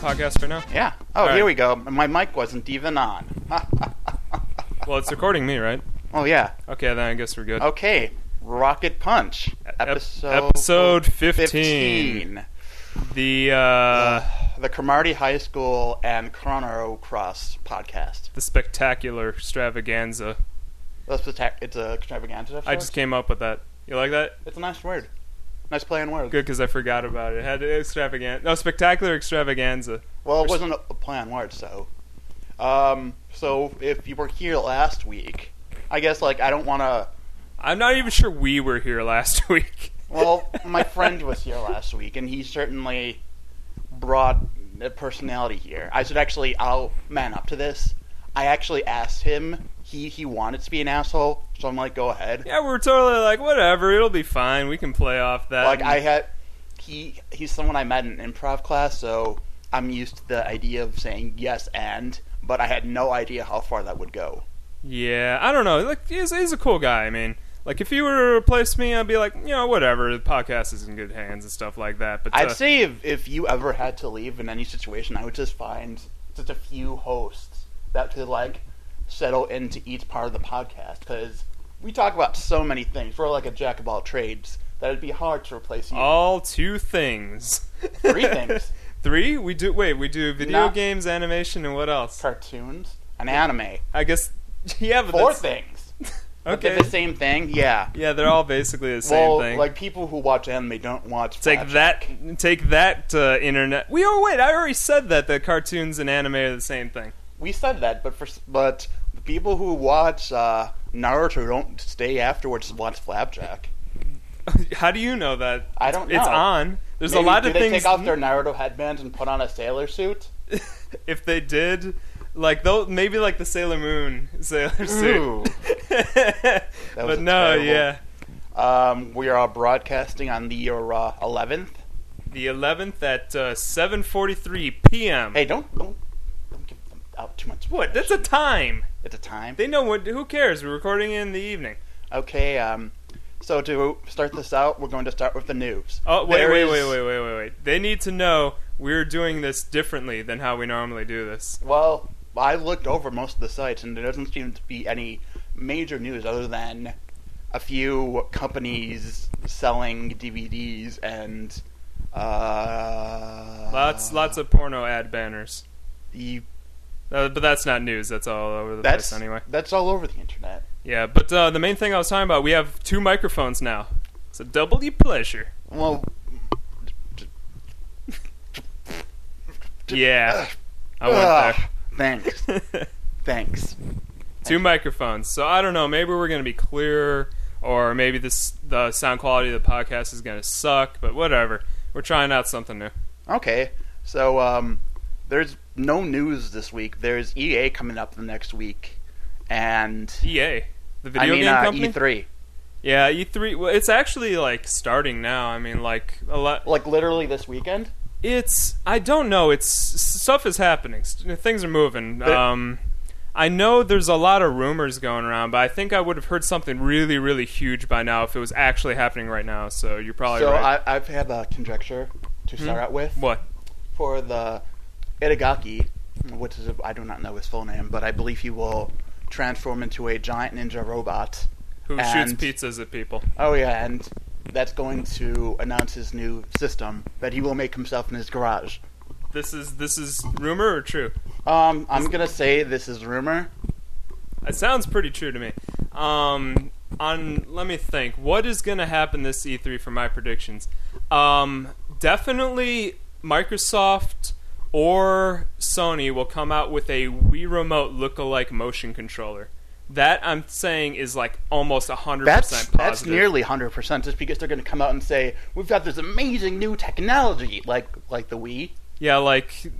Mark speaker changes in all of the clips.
Speaker 1: podcast right now?
Speaker 2: Yeah. Oh,
Speaker 1: All right.
Speaker 2: here we go. My mic wasn't even on.
Speaker 1: Well, it's recording me, right?
Speaker 2: oh yeah.
Speaker 1: Okay, then I guess we're good.
Speaker 2: Okay. Rocket Punch.
Speaker 1: Ep-
Speaker 2: Episode
Speaker 1: episode 15.
Speaker 2: 15.
Speaker 1: The uh,
Speaker 2: The Cromarty High School and Chrono Cross podcast.
Speaker 1: the spectacular extravaganza.
Speaker 2: That's the ta- it's a extravaganza. of
Speaker 1: I just
Speaker 2: sorts?
Speaker 1: came up with that. You like that?
Speaker 2: It's a nice word. Nice play on words.
Speaker 1: Good, because I forgot about it. It had extravaganza. No, spectacular extravaganza.
Speaker 2: Well,
Speaker 1: Pers-
Speaker 2: it wasn't a a play on words, so. Um, so if you were here last week, I guess like I don't want to.
Speaker 1: I'm not even sure we were here last week.
Speaker 2: Well, my friend was here last week, and he certainly brought a personality here. I should actually, I'll man up to this. I actually asked him. He he wanted to be an asshole, so I'm like, go ahead.
Speaker 1: Yeah, we're totally like, whatever, it'll be fine. We can play off that.
Speaker 2: Like I had, he he's someone I met in improv class, so I'm used to the idea of saying yes and, but I had no idea how far that would go.
Speaker 1: Yeah, I don't know. Like, he's, he's a cool guy. I mean, like, if you were to replace me, I'd be like, you know, whatever. The podcast is in good hands and stuff like that. But uh,
Speaker 2: I'd say if, if you ever had to leave in any situation, I would just find just a few hosts that could like settle into each part of the podcast because we talk about so many things. We're like a jack of all trades that it'd be hard to replace you.
Speaker 1: all two things.
Speaker 2: Three things:
Speaker 1: Three? We do. Wait, we do video
Speaker 2: No.
Speaker 1: games, animation, and what else?
Speaker 2: cartoons and anime.
Speaker 1: I guess. Yeah, but
Speaker 2: Four
Speaker 1: that's-
Speaker 2: things. But they're
Speaker 1: Okay.
Speaker 2: the same thing. Yeah.
Speaker 1: Yeah, they're all basically the same
Speaker 2: well,
Speaker 1: thing.
Speaker 2: like people who watch anime don't watch.
Speaker 1: take
Speaker 2: Flash.
Speaker 1: that. Take that. Uh, internet. We oh wait, I already said that. That cartoons and anime are the same thing.
Speaker 2: We said that, but for s- but the people who watch uh, Naruto don't stay afterwards to watch Flapjack.
Speaker 1: How do you know that?
Speaker 2: I don't
Speaker 1: It's
Speaker 2: know.
Speaker 1: on. There's
Speaker 2: Maybe-
Speaker 1: a lot
Speaker 2: do
Speaker 1: of
Speaker 2: they
Speaker 1: things.
Speaker 2: Take off their Naruto headbands and put on a sailor suit.
Speaker 1: if they did, like though, maybe like the Sailor Moon Sailor
Speaker 2: Ooh.
Speaker 1: suit.
Speaker 2: was
Speaker 1: but no,
Speaker 2: terrible.
Speaker 1: yeah,
Speaker 2: Um, we are broadcasting on the year uh, 11th.
Speaker 1: the 11th at uh, 7:43 p.m.
Speaker 2: Hey, don't don't don't give them out too much.
Speaker 1: What? That's a time.
Speaker 2: It's a time.
Speaker 1: They know what. Who cares? We're recording in the evening.
Speaker 2: Okay. Um, so to start this out, we're going to start with the news.
Speaker 1: Oh wait,
Speaker 2: There
Speaker 1: wait,
Speaker 2: is-
Speaker 1: wait, wait, wait, wait, wait. They need to know we're doing this differently than how we normally do this.
Speaker 2: Well, I looked over most of the sites, and there doesn't seem to be any major news other than a few companies selling DVDs and uh,
Speaker 1: Lots, lots of porno ad banners.
Speaker 2: the
Speaker 1: Uh, but that's not news. That's all over the
Speaker 2: That's
Speaker 1: place anyway.
Speaker 2: That's all over the internet.
Speaker 1: Yeah, but uh, the main thing I was talking about, we have two microphones now. So double your pleasure.
Speaker 2: Well,
Speaker 1: Yeah, I
Speaker 2: ugh,
Speaker 1: went
Speaker 2: thanks,
Speaker 1: there.
Speaker 2: thanks.
Speaker 1: two microphones. So I don't know. Maybe we're gonna be clearer, or maybe this the sound quality of the podcast is gonna suck. But whatever. We're trying out something new.
Speaker 2: Okay, so um, there's no news this week. There's EA coming up the next week, and
Speaker 1: EA, the E video
Speaker 2: I mean
Speaker 1: game
Speaker 2: uh,
Speaker 1: company.
Speaker 2: E3.
Speaker 1: Yeah, E3. Well, it's actually like starting now. I mean, like a lot.
Speaker 2: Like literally this weekend.
Speaker 1: It's I don't know. It's stuff is happening. St- Things are moving.
Speaker 2: But-
Speaker 1: Um, I know there's a lot of rumors going around, but I think I would have heard something really, really huge by now if it was actually happening right now. So Oh, you're probably
Speaker 2: so
Speaker 1: right. Hmm?
Speaker 2: I, I've had a conjecture to start out with
Speaker 1: what?
Speaker 2: for the Itagaki, which is I do not know his full name, but I believe he will transform into a giant ninja robot.
Speaker 1: Who
Speaker 2: and-
Speaker 1: shoots pizzas at people?
Speaker 2: Oh yeah, and that's going to announce his new system that he will make himself in his garage.
Speaker 1: This is this is rumor or true?
Speaker 2: Um, I'm gonna say this is rumor.
Speaker 1: It sounds pretty true to me. Um, on let me think. What is going to happen this E3 for my predictions? Um, definitely Microsoft or Sony will come out with a Wii Remote look-alike motion controller. That I'm saying is like almost 100%
Speaker 2: That's
Speaker 1: positive.
Speaker 2: that's nearly 100 percent just because they're gonna come out and say we've got this amazing new technology like like the Wii.
Speaker 1: Yeah, like,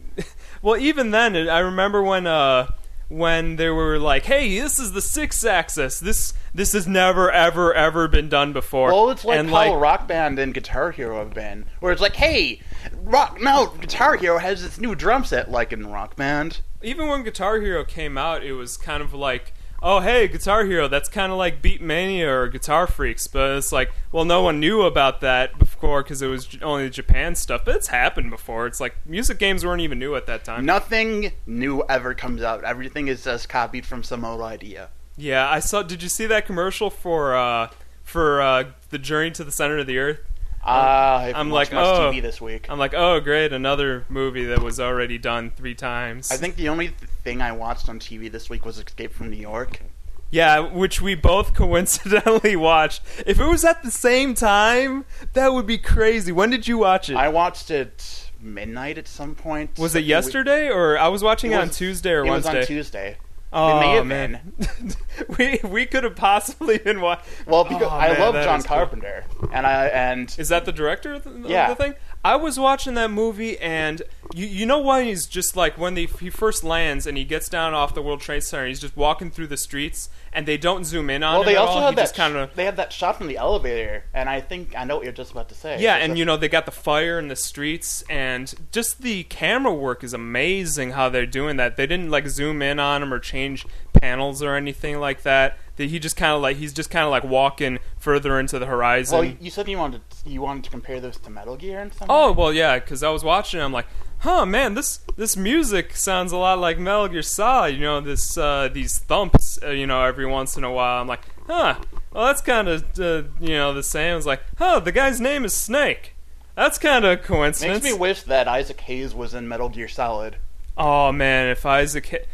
Speaker 1: well, even then, it- I remember when uh, when they were like, "Hey, this is the six-axis. This this has never, ever, ever been done before."
Speaker 2: Well, it's like
Speaker 1: and
Speaker 2: how
Speaker 1: like,
Speaker 2: Rock Band and Guitar Hero have been, where it's like, hey, Rock now Guitar Hero has this new drum set like in Rock Band.
Speaker 1: even when Guitar Hero came out, it was kind of like, "Oh, hey, Guitar Hero." That's kind of like Beatmania or Guitar Freaks, but it's like, well, no one knew about that bef- core because it was j- only Japan stuff, but it's happened before. It's like music games weren't even new at that time.
Speaker 2: Nothing new ever comes out. Everything is just copied from some old idea.
Speaker 1: Yeah, I saw. Did you see that commercial for uh, for uh, the Journey to the Center of the Earth?
Speaker 2: Ah, I've
Speaker 1: I'm
Speaker 2: been
Speaker 1: like,
Speaker 2: watching much
Speaker 1: oh.
Speaker 2: TV this week.
Speaker 1: I'm like, oh great, another movie that was already done three times.
Speaker 2: I think the only th- thing I watched on TV this week was Escape from New York.
Speaker 1: yeah, which we both coincidentally watched. If it was at the same time, that would be crazy. When did you watch it?
Speaker 2: I watched it midnight at some point.
Speaker 1: was
Speaker 2: I
Speaker 1: it
Speaker 2: think we-
Speaker 1: yesterday or I was watching it,
Speaker 2: It
Speaker 1: on
Speaker 2: was-
Speaker 1: Tuesday or
Speaker 2: it was
Speaker 1: Wednesday?
Speaker 2: on Tuesday.
Speaker 1: Oh
Speaker 2: it may have
Speaker 1: man, we we could have possibly been watching.
Speaker 2: Well,
Speaker 1: Oh,
Speaker 2: because I love John
Speaker 1: Carpenter.
Speaker 2: Carpenter, and I and
Speaker 1: Is that the director of the, of
Speaker 2: Yeah.
Speaker 1: the thing? I was watching that movie, and you, you know why he's just like when they, he first lands and he gets down off the World Trade Center, he's just walking through the streets, and they don't zoom in on
Speaker 2: well,
Speaker 1: him
Speaker 2: they
Speaker 1: at
Speaker 2: also
Speaker 1: all.
Speaker 2: had
Speaker 1: he
Speaker 2: that
Speaker 1: just kind of
Speaker 2: they had that shot from the elevator, and I think I know what you're just about to say.
Speaker 1: yeah,
Speaker 2: It's
Speaker 1: and
Speaker 2: a-
Speaker 1: you know they got the fire in the streets, and just the camera work is amazing how they're doing that. They didn't like zoom in on him or change panels or anything like that. That he just kind of like he's just kind of like walking further into the horizon.
Speaker 2: well, you said you wanted you wanted to compare those to Metal Gear and something.
Speaker 1: Oh well, yeah, because I was watching. it, I'm like, huh, man, this this music sounds a lot like Metal Gear Solid. You know, this uh, these thumps. Uh, you know, every once in a while, I'm like, huh. Well, that's kind of uh, you know the same. I was like, huh, the guy's name is Snake. That's kind of a coincidence.
Speaker 2: makes me wish that Isaac Hayes was in Metal Gear Solid.
Speaker 1: oh man, if Isaac, hit,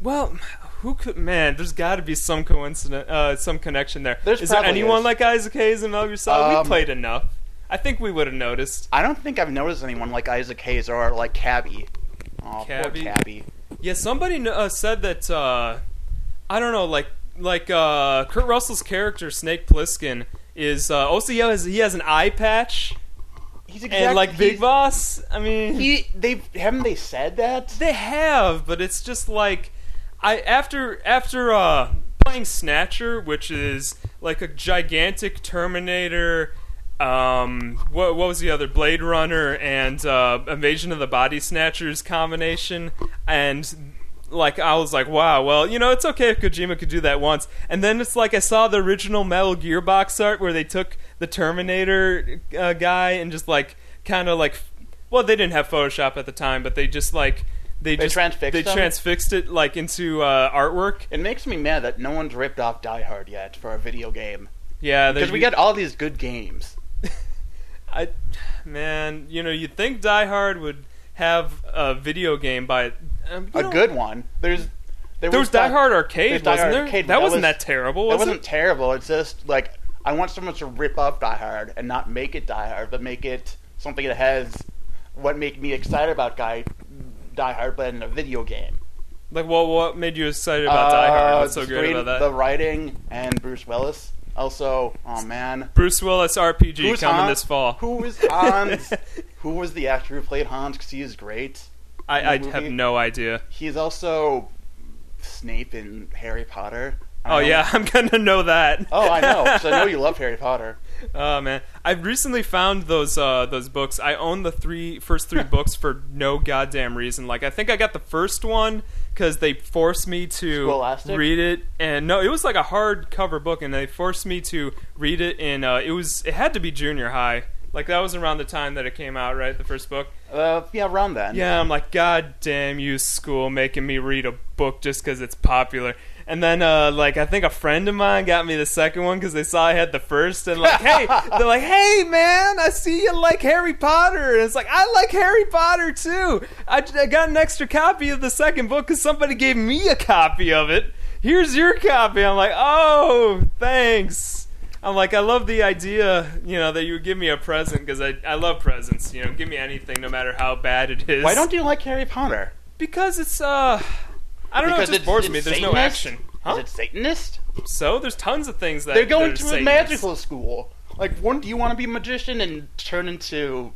Speaker 1: well, who could? Man, there's got to be some coincidence, uh, some connection there. Is
Speaker 2: There's
Speaker 1: there
Speaker 2: probably
Speaker 1: anyone
Speaker 2: is.
Speaker 1: like Isaac Hayes in Metal Gear Solid?
Speaker 2: Um,
Speaker 1: we played enough. I think we would have noticed.
Speaker 2: I don't think I've noticed anyone like Isaac Hayes or like Cabby. Oh,
Speaker 1: Cabby?
Speaker 2: poor Cabby.
Speaker 1: Yeah, somebody kn- uh, said that. Uh, I don't know, like like uh, Kurt Russell's character Snake Plissken is uh, also he has he has an eye patch
Speaker 2: He's
Speaker 1: and like Big
Speaker 2: he's-
Speaker 1: Boss. I mean,
Speaker 2: He they haven't they said that?
Speaker 1: they have, but it's just like I after after uh, playing Snatcher, which is like a gigantic Terminator. Um, what what was the other Blade Runner and uh, Invasion of the Body Snatchers combination? And like I was like, wow, well, you know, it's okay if Kojima could do that once. And then it's like I saw the original Metal Gearbox art where they took the Terminator uh, guy and just like kind of like, well, they didn't have Photoshop at the time, but they just like they,
Speaker 2: They
Speaker 1: just
Speaker 2: transfixed
Speaker 1: they
Speaker 2: him?
Speaker 1: transfixed it like into uh, artwork.
Speaker 2: It makes me mad that no one's ripped off Die Hard yet for a video game.
Speaker 1: Yeah,
Speaker 2: Because
Speaker 1: they-
Speaker 2: we got all these good games.
Speaker 1: I, man, you know, you'd think Die Hard would have a video game by um, you
Speaker 2: A
Speaker 1: know,
Speaker 2: good one. There's there,
Speaker 1: There was Die Hard Arcade,
Speaker 2: there's Die
Speaker 1: wasn't
Speaker 2: Hard
Speaker 1: there?
Speaker 2: Arcade, but
Speaker 1: that,
Speaker 2: that
Speaker 1: wasn't
Speaker 2: was-
Speaker 1: that terrible,
Speaker 2: It
Speaker 1: was
Speaker 2: wasn't
Speaker 1: it?
Speaker 2: terrible. It's just like I want someone to rip off Die Hard and not make it Die Hard, but make it something that has what made me excited about Guy Die Hard, but in a video game.
Speaker 1: Like, well, what made you excited about Die
Speaker 2: Uh,
Speaker 1: Hard? What's so
Speaker 2: the
Speaker 1: great
Speaker 2: screen-
Speaker 1: about that?
Speaker 2: The writing and Bruce Willis. Also, oh man,
Speaker 1: Bruce Willis RPG coming
Speaker 2: Han-
Speaker 1: this fall.
Speaker 2: Who is Hans? who was the actor who played Hans? Because he is great.
Speaker 1: I, I
Speaker 2: in the
Speaker 1: have
Speaker 2: movie?
Speaker 1: no idea.
Speaker 2: He's also Snape in Harry Potter. I
Speaker 1: Oh
Speaker 2: know-
Speaker 1: yeah, I'm gonna know that.
Speaker 2: Oh, I know. Because I know you love Harry Potter.
Speaker 1: oh man, I recently found those uh, those books. I own the three first three books for no goddamn reason. Like I think I got the first one because they forced me to
Speaker 2: Scholastic?
Speaker 1: read it, and no, it was like a hardcover book, and they forced me to read it. in uh, it was it had to be junior high. Like that was around the time that it came out, right? The first book.
Speaker 2: Uh, yeah, around then.
Speaker 1: Yeah, I'm like, God damn you, school, making me read a book just because it's popular. And then, uh, like, I think a friend of mine got me the second one because they saw I had the first, and like, hey, they're like, hey, man, I see you like Harry Potter, and it's like, I like Harry Potter too. I, j- I got an extra copy of the second book because somebody gave me a copy of it. Here's your copy. I'm like, oh, thanks. I'm like, I love the idea, you know, that you would give me a present because I, I love presents. You know, give me anything, no matter how bad it is.
Speaker 2: Why don't you like Harry Potter?
Speaker 1: Because it's uh, I don't know. It
Speaker 2: Because
Speaker 1: just bores me.
Speaker 2: it's
Speaker 1: There's no
Speaker 2: Satanist?
Speaker 1: action.
Speaker 2: Is
Speaker 1: Huh?
Speaker 2: it Satanist?
Speaker 1: So there's tons of things that
Speaker 2: They're going
Speaker 1: that
Speaker 2: to
Speaker 1: are
Speaker 2: a
Speaker 1: Satanist.
Speaker 2: magical school. Like, one, do you want to be a magician and turn into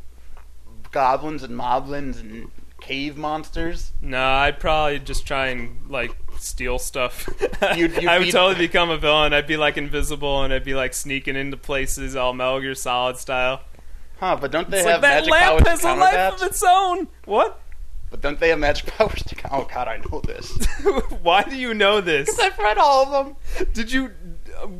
Speaker 2: goblins and moblins and cave monsters?
Speaker 1: Nah, I'd probably just try and like steal stuff.
Speaker 2: You'd- you'd
Speaker 1: I would
Speaker 2: be-
Speaker 1: totally become a villain. I'd be like invisible and I'd be like sneaking into places all Metal Gear Solid style.
Speaker 2: Huh? But don't they
Speaker 1: It's
Speaker 2: have
Speaker 1: like that
Speaker 2: magic powers
Speaker 1: lamp
Speaker 2: to
Speaker 1: has a
Speaker 2: counter
Speaker 1: life
Speaker 2: that?
Speaker 1: of its own. What?
Speaker 2: But don't they have magic powers to counter? Oh God, I know this.
Speaker 1: Why do you know this?
Speaker 2: I've read all of them.
Speaker 1: Did you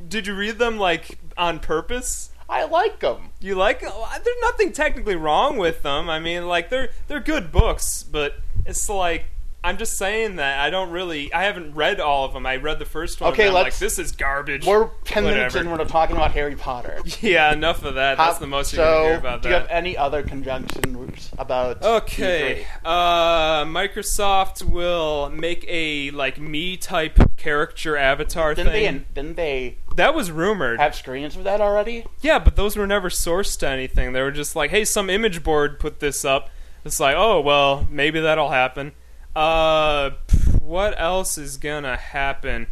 Speaker 1: did you read them like on purpose?
Speaker 2: I like them.
Speaker 1: You like? oh, There's nothing technically wrong with them. I mean, like they're they're good books, but it's like I'm just saying that I don't really. I haven't read all of them. I read the first one.
Speaker 2: Okay,
Speaker 1: and I'm like
Speaker 2: let's-
Speaker 1: this is garbage.
Speaker 2: We're ten minutes
Speaker 1: Whatever.
Speaker 2: in. We're talking about Harry Potter. Uh,
Speaker 1: Yeah, enough of that. That's the most you're
Speaker 2: so,
Speaker 1: gonna hear about
Speaker 2: do
Speaker 1: that.
Speaker 2: you have any other conjunction groups about?
Speaker 1: Okay.
Speaker 2: E3?
Speaker 1: Uh, Microsoft will make a like me type character avatar
Speaker 2: Didn't
Speaker 1: thing.
Speaker 2: they? Didn't they
Speaker 1: that was rumored.
Speaker 2: have screens for that already?
Speaker 1: yeah, but those were never sourced to anything. They were just like, hey, some image board put this up. It's like, oh well, maybe that'll happen. Uh, pff, what else is gonna happen?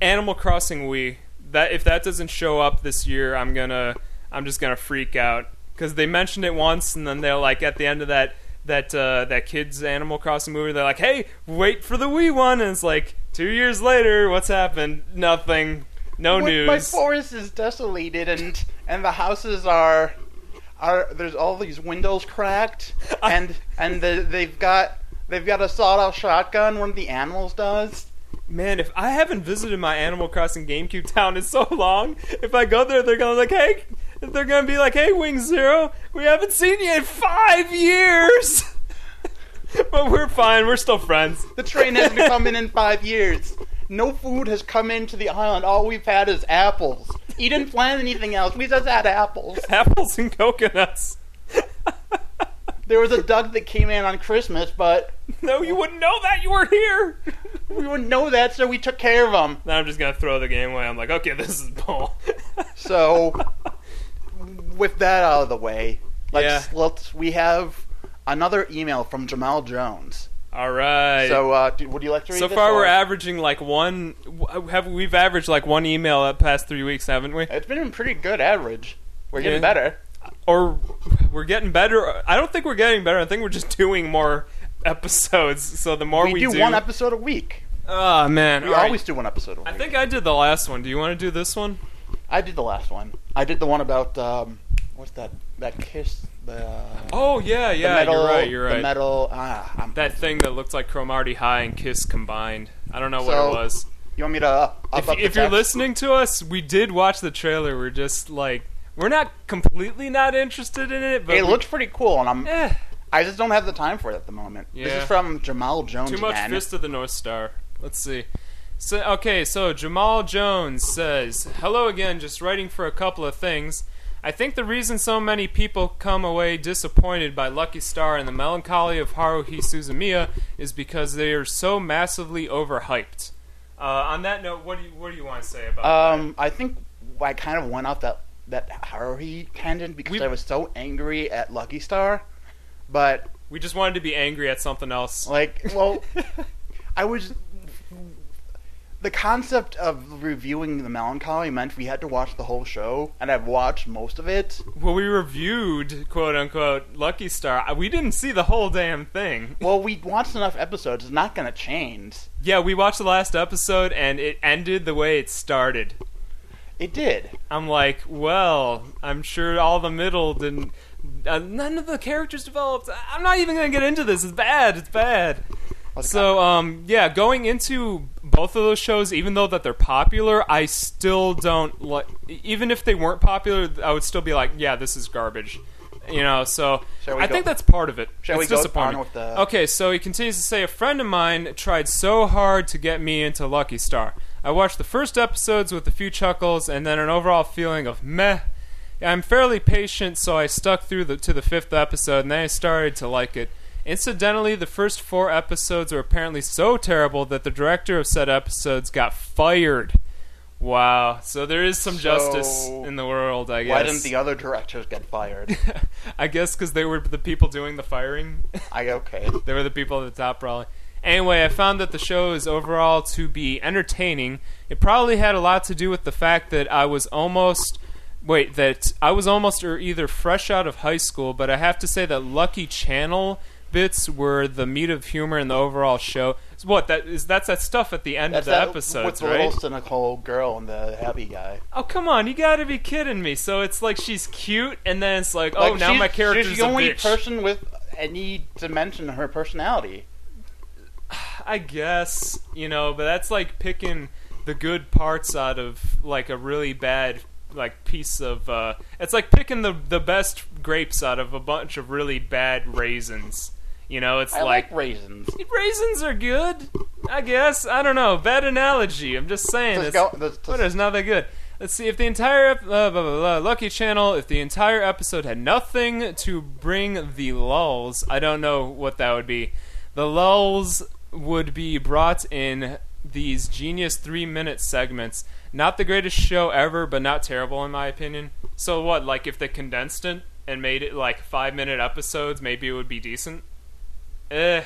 Speaker 1: Animal Crossing Wii. That if that doesn't show up this year, I'm gonna I'm just gonna freak out because they mentioned it once and then they're like at the end of that that uh, that kids Animal Crossing movie, they're like, hey, wait for the Wii one, and it's like two years later, what's happened? Nothing. No
Speaker 2: Wait,
Speaker 1: news.
Speaker 2: My forest is desolated, and and the houses are are there's all these windows cracked, and and the, they've got they've got a sawed-off shotgun. One of the animals does.
Speaker 1: Man, if I haven't visited my Animal Crossing GameCube town in so long, if I go there, they're gonna like, hey, they're gonna be like, hey, Wing Zero, we haven't seen you in five years. but we're fine. We're still friends.
Speaker 2: The train hasn't come in in five years. No food has come into the island. All we've had is apples. You didn't plant anything else. We just had apples.
Speaker 1: Apples and coconuts.
Speaker 2: There was a duck that came in on Christmas, but
Speaker 1: No, you wouldn't know that you were here.
Speaker 2: we wouldn't know that, so we took care of them.
Speaker 1: Now I'm just gonna throw the game away. I'm like, okay, this is bull.
Speaker 2: So, with that out of the way, let's,
Speaker 1: Yeah.
Speaker 2: let's we have another email from Jamal Jones.
Speaker 1: All right.
Speaker 2: So, uh, do, would you like to read
Speaker 1: So
Speaker 2: this
Speaker 1: far,
Speaker 2: or-
Speaker 1: we're averaging like one. w- Have we've averaged like one email the past three weeks, haven't we?
Speaker 2: It's been a pretty good average. We're getting
Speaker 1: Yeah.
Speaker 2: better.
Speaker 1: or we're getting better. I don't think we're getting better. I think we're just doing more episodes. So the more we,
Speaker 2: We, do, one episode a week.
Speaker 1: oh man,
Speaker 2: We
Speaker 1: All right.
Speaker 2: always do one episode a week.
Speaker 1: I think I did the last one. Do you want to do this one?
Speaker 2: I did the last one. I did the one about um, what's that? That kiss. The,
Speaker 1: Oh yeah,
Speaker 2: the
Speaker 1: yeah.
Speaker 2: metal.
Speaker 1: you're right. You're
Speaker 2: The
Speaker 1: right.
Speaker 2: metal. Ah, I'm,
Speaker 1: that thing that looked like Cromarty High and Kiss combined. I don't know what
Speaker 2: So,
Speaker 1: it was.
Speaker 2: you want me to uh, up, up
Speaker 1: If,
Speaker 2: up the
Speaker 1: if you're
Speaker 2: text?
Speaker 1: listening to us, we did watch the trailer. We're just like we're not completely not interested in it, but
Speaker 2: It
Speaker 1: we-
Speaker 2: looks pretty cool, and I'm.
Speaker 1: eh,
Speaker 2: I just don't have the time for it at the moment. This
Speaker 1: Yeah.
Speaker 2: is from Jamal Jones.
Speaker 1: Too much
Speaker 2: again.
Speaker 1: Fist of the North Star. Let's see. So okay, so Jamal Jones says, "Hello again, just writing for a couple of things. I think the reason so many people come away disappointed by Lucky Star and the melancholy of Haruhi Suzumiya is because they are so massively overhyped." Uh, on that note, what do you what do you want to say about?
Speaker 2: Um, I think I kind of went off that that Haruhi tangent because
Speaker 1: We-
Speaker 2: I was so angry at Lucky Star, but
Speaker 1: we just wanted to be angry at something else.
Speaker 2: like, well, I was. The concept of reviewing the melancholy meant we had to watch the whole show, and I've watched most of it.
Speaker 1: Well, we reviewed quote unquote Lucky Star. We didn't see the whole damn thing.
Speaker 2: Well, we watched enough episodes; it's not going to change.
Speaker 1: Yeah, we watched the last episode and it ended the way it started.
Speaker 2: It did.
Speaker 1: I'm like, well, I'm sure all the middle didn't. Uh, none of the characters developed. I- I'm not even going to get into this. It's bad. It's bad. So, um, yeah, going into both of those shows, even though that they're popular, I still don't like. Even if they weren't popular, I would still be like, yeah, this is garbage. You know, so
Speaker 2: Shall we
Speaker 1: I
Speaker 2: go-
Speaker 1: think that's part of it.
Speaker 2: Shall
Speaker 1: it's
Speaker 2: we go
Speaker 1: disappointing.
Speaker 2: on with the-
Speaker 1: Okay, so he continues to say a friend of mine tried so hard to get me into Lucky Star. I watched the first episodes with a few chuckles and then an overall feeling of meh. I'm fairly patient, so I stuck through the, to the fifth episode and then I started to like it. Incidentally, the first four episodes were apparently so terrible that the director of said episodes got fired. Wow. So there is some
Speaker 2: So,
Speaker 1: justice in the world, I guess.
Speaker 2: Why didn't the other directors get fired?
Speaker 1: I guess because they were the people doing the firing.
Speaker 2: I okay.
Speaker 1: They were the people at the top, probably. Anyway, I found that the show is overall to be entertaining. It probably had a lot to do with the fact that I was almost. Wait, that I was almost or either fresh out of high school, but I have to say that Lucky Channel bits were the meat of humor in the overall show. So what that is that's that stuff at the end of
Speaker 2: That's
Speaker 1: the
Speaker 2: that with
Speaker 1: episodes,
Speaker 2: the
Speaker 1: right?
Speaker 2: little cynical girl and the happy guy.
Speaker 1: Oh come on, you gotta be kidding me! So it's like she's cute, and then it's like, oh,
Speaker 2: Like,
Speaker 1: now
Speaker 2: she's-
Speaker 1: my character's
Speaker 2: She's the
Speaker 1: a
Speaker 2: only
Speaker 1: bitch.
Speaker 2: person with any dimension of her personality.
Speaker 1: I guess you know, but that's like picking the good parts out of like a really bad like piece of uh, it's like picking the the best grapes out of a bunch of really bad raisins. You know, it's
Speaker 2: I
Speaker 1: like,
Speaker 2: like raisins.
Speaker 1: raisins are good, I guess. I don't know. Bad analogy. I'm just saying.
Speaker 2: Let's
Speaker 1: it's,
Speaker 2: go. Let's,
Speaker 1: but it's not that good. Let's see if the entire ep- uh, blah, blah, blah, Lucky Channel, if the entire episode had nothing to bring the lulls, I don't know what that would be. The lulls would be brought in these genius three minute segments. Not the greatest show ever, but not terrible in my opinion. So what? Like if they condensed it and made it like five minute episodes, maybe it would be decent. Eh,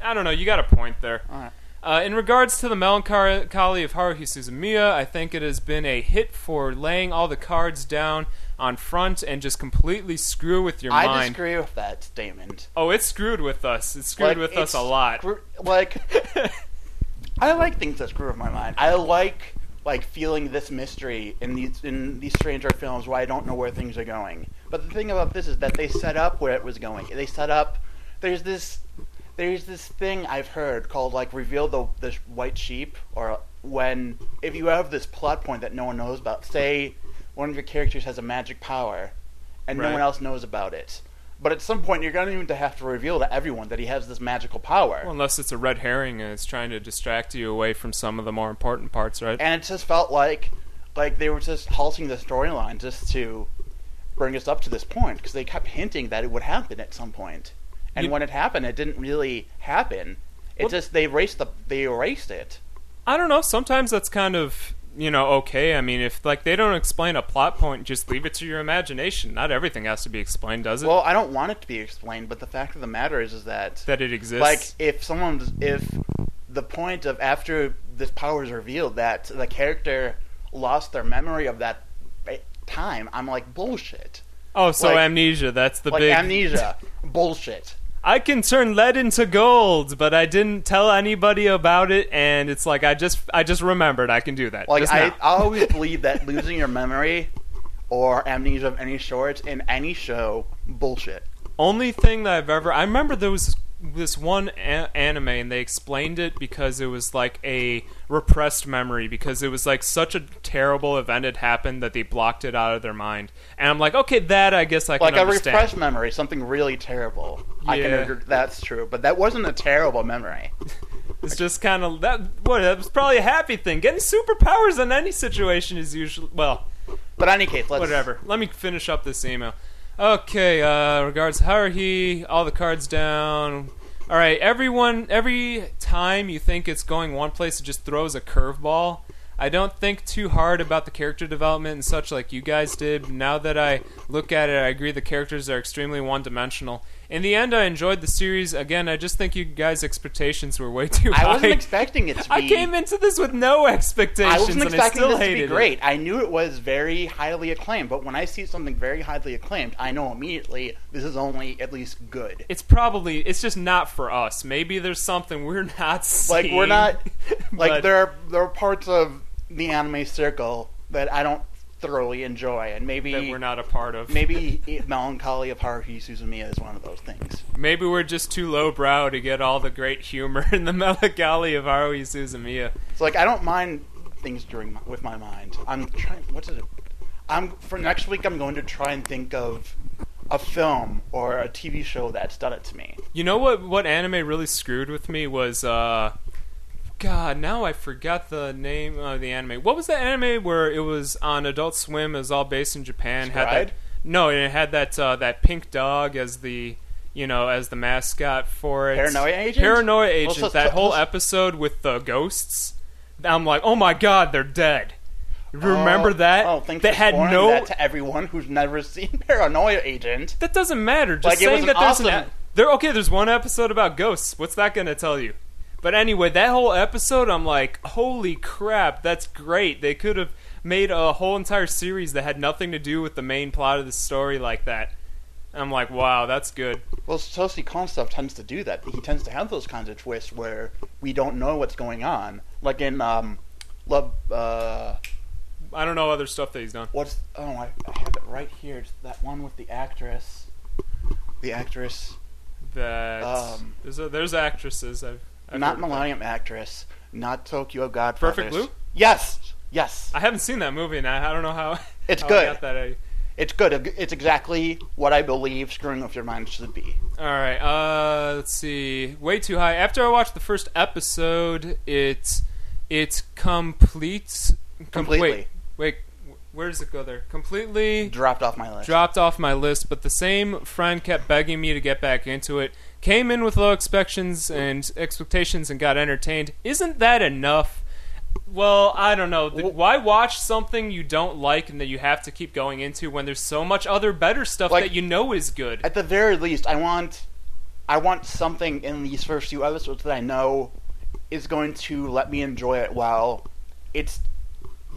Speaker 1: I don't know. You got a point there.
Speaker 2: All right.
Speaker 1: Uh, in regards to the melancholy of Haruhi Suzumiya, I think it has been a hit for laying all the cards down on front and just completely screw with your
Speaker 2: I
Speaker 1: mind.
Speaker 2: disagree with that statement.
Speaker 1: Oh, it's screwed with us. It's screwed
Speaker 2: Like,
Speaker 1: with us
Speaker 2: it's
Speaker 1: a lot.
Speaker 2: screw- like, I like things that screw with my mind. I like like feeling this mystery in these in these stranger films where I don't know where things are going. But the thing about this is that they set up where it was going. They set up. There's this. There's this thing I've heard called like reveal the the white sheep, or when if you have this plot point that no one knows about, say one of your characters has a magic power, and no
Speaker 1: Right.
Speaker 2: one else knows about it. But at some point, you're going to have to reveal to everyone that he has this magical power.
Speaker 1: Well, unless it's a red herring and it's trying to distract you away from some of the more important parts, right?
Speaker 2: and it just felt like like they were just halting the storyline just to bring us up to this point because they kept hinting that it would happen at some point and
Speaker 1: You-
Speaker 2: when it happened it didn't really happen it
Speaker 1: Well-
Speaker 2: just they erased the they erased it
Speaker 1: I don't know. Sometimes that's kind of you know okay. I mean, if like they don't explain a plot point, just leave it to your imagination. Not everything has to be explained, does it?
Speaker 2: well i don't want it to be explained but the fact of the matter is is that
Speaker 1: that it exists.
Speaker 2: like if someone if the point of after this power is revealed that the character lost their memory of that eh, time i'm like bullshit
Speaker 1: oh, so
Speaker 2: like-
Speaker 1: amnesia. That's the
Speaker 2: like
Speaker 1: big
Speaker 2: amnesia bullshit
Speaker 1: I can turn lead into gold, but I didn't tell anybody about it, and it's like I just I just remembered I can do that.
Speaker 2: Like
Speaker 1: just
Speaker 2: I,
Speaker 1: now.
Speaker 2: I always believe that losing your memory or amnesia of any sort in any show bullshit.
Speaker 1: only thing that I've ever I remember there was this one a- anime and they explained it because it was like a repressed memory because it was like such a terrible event had happened that they blocked it out of their mind. And I'm like, okay, that I guess I can
Speaker 2: Like a
Speaker 1: understand.
Speaker 2: refresh memory, something really terrible. I can
Speaker 1: Yeah.
Speaker 2: agree, that's true, but that wasn't a terrible memory.
Speaker 1: It's just kind of that. What that was probably a happy thing. Getting superpowers in any situation is usually well.
Speaker 2: But in any case, let's
Speaker 1: whatever. Let me finish up this email. Okay, uh, regards Haruhi, all the cards down. All right, everyone, every time you think it's going one place, it just throws a curveball. I don't think too hard about the character development and such like you guys did. Now that I look at it, I agree the characters are extremely one dimensional. In the end, I enjoyed the series. Again, I just think you guys' expectations were way too
Speaker 2: I
Speaker 1: high.
Speaker 2: wasn't expecting it to be.
Speaker 1: I came into this with no expectations,
Speaker 2: I wasn't
Speaker 1: and I
Speaker 2: expecting
Speaker 1: still
Speaker 2: this to
Speaker 1: hated
Speaker 2: be
Speaker 1: it.
Speaker 2: great. I knew it was very highly acclaimed, but when I see something very highly acclaimed, I know immediately this is only at least good.
Speaker 1: it's probably it's just not for us. Maybe there's something we're not seeing.
Speaker 2: like we're not like
Speaker 1: But-
Speaker 2: there are there are parts of the anime circle that I don't thoroughly enjoy, and maybe
Speaker 1: that we're not a part of.
Speaker 2: maybe melancholy of Haruhi Suzumiya is one of those things.
Speaker 1: Maybe we're just too lowbrow to get all the great humor and the melancholy of E Haruhi Suzumiya.
Speaker 2: So like I don't mind things during my, with my mind. I'm trying. What is it? I'm for next week. I'm going to try and think of a film or a TV show that's done it to me.
Speaker 1: You know what? What anime really screwed with me was uh, God. Now I forgot the name of the anime. What was that anime where it was on Adult Swim? It was all based in Japan. Had
Speaker 2: Stride?
Speaker 1: that? No, and it had that uh, that pink dog as the you know as the mascot for it.
Speaker 2: Paranoia Agent?
Speaker 1: Paranoia
Speaker 2: Well,
Speaker 1: agent.
Speaker 2: so-
Speaker 1: that
Speaker 2: so-
Speaker 1: whole
Speaker 2: so-
Speaker 1: episode with the ghosts. I'm like, oh my God, they're dead. Remember
Speaker 2: Oh,
Speaker 1: that?
Speaker 2: Oh, thanks
Speaker 1: that
Speaker 2: for
Speaker 1: had
Speaker 2: spoiling
Speaker 1: no.
Speaker 2: that to everyone who's never seen Paranoia Agent.
Speaker 1: That doesn't matter. Just
Speaker 2: Like, it
Speaker 1: saying
Speaker 2: was an
Speaker 1: that there's an e-
Speaker 2: awesome- e-
Speaker 1: there. Okay, there's one episode about ghosts. What's that going to tell you? But anyway, that whole episode, I'm like, holy crap, that's great. They could have made a whole entire series that had nothing to do with the main plot of the story like that. I'm like, wow, that's good.
Speaker 2: Well, Satoshi Kon stuff tends to do that. He tends to have those kinds of twists where we don't know what's going on, like in um, Love. Uh,
Speaker 1: I don't know other stuff that he's done.
Speaker 2: what's oh, I, I have it right here. It's that one with the actress. The actress,
Speaker 1: That
Speaker 2: Um,
Speaker 1: there's a, there's actresses. I've, I've
Speaker 2: not
Speaker 1: heard of.
Speaker 2: Millennium actress, not Tokyo Godfathers.
Speaker 1: Perfect Blue?
Speaker 2: Yes, yes.
Speaker 1: I haven't seen that movie, and I, I don't know how.
Speaker 2: It's
Speaker 1: How I
Speaker 2: good.
Speaker 1: got that eh? out.
Speaker 2: It's good. It's exactly what I believe screwing with your mind should be.
Speaker 1: All right. Uh, let's see. Way too high. After I watched the first episode, it it completes com-
Speaker 2: Completely.
Speaker 1: Wait, wait. wh- Where does it go there? Completely
Speaker 2: Dropped off my list.
Speaker 1: dropped off my list, but the same friend kept begging me to get back into it. Came in with low expectations and expectations and got entertained. Isn't that enough? Well, I don't know. The,
Speaker 2: Wh-
Speaker 1: why watch something you don't like and that you have to keep going into when there's so much other better stuff
Speaker 2: Like-
Speaker 1: that you know is good?
Speaker 2: At the very least, I want, I want something in these first few episodes that I know is going to let me enjoy it while it's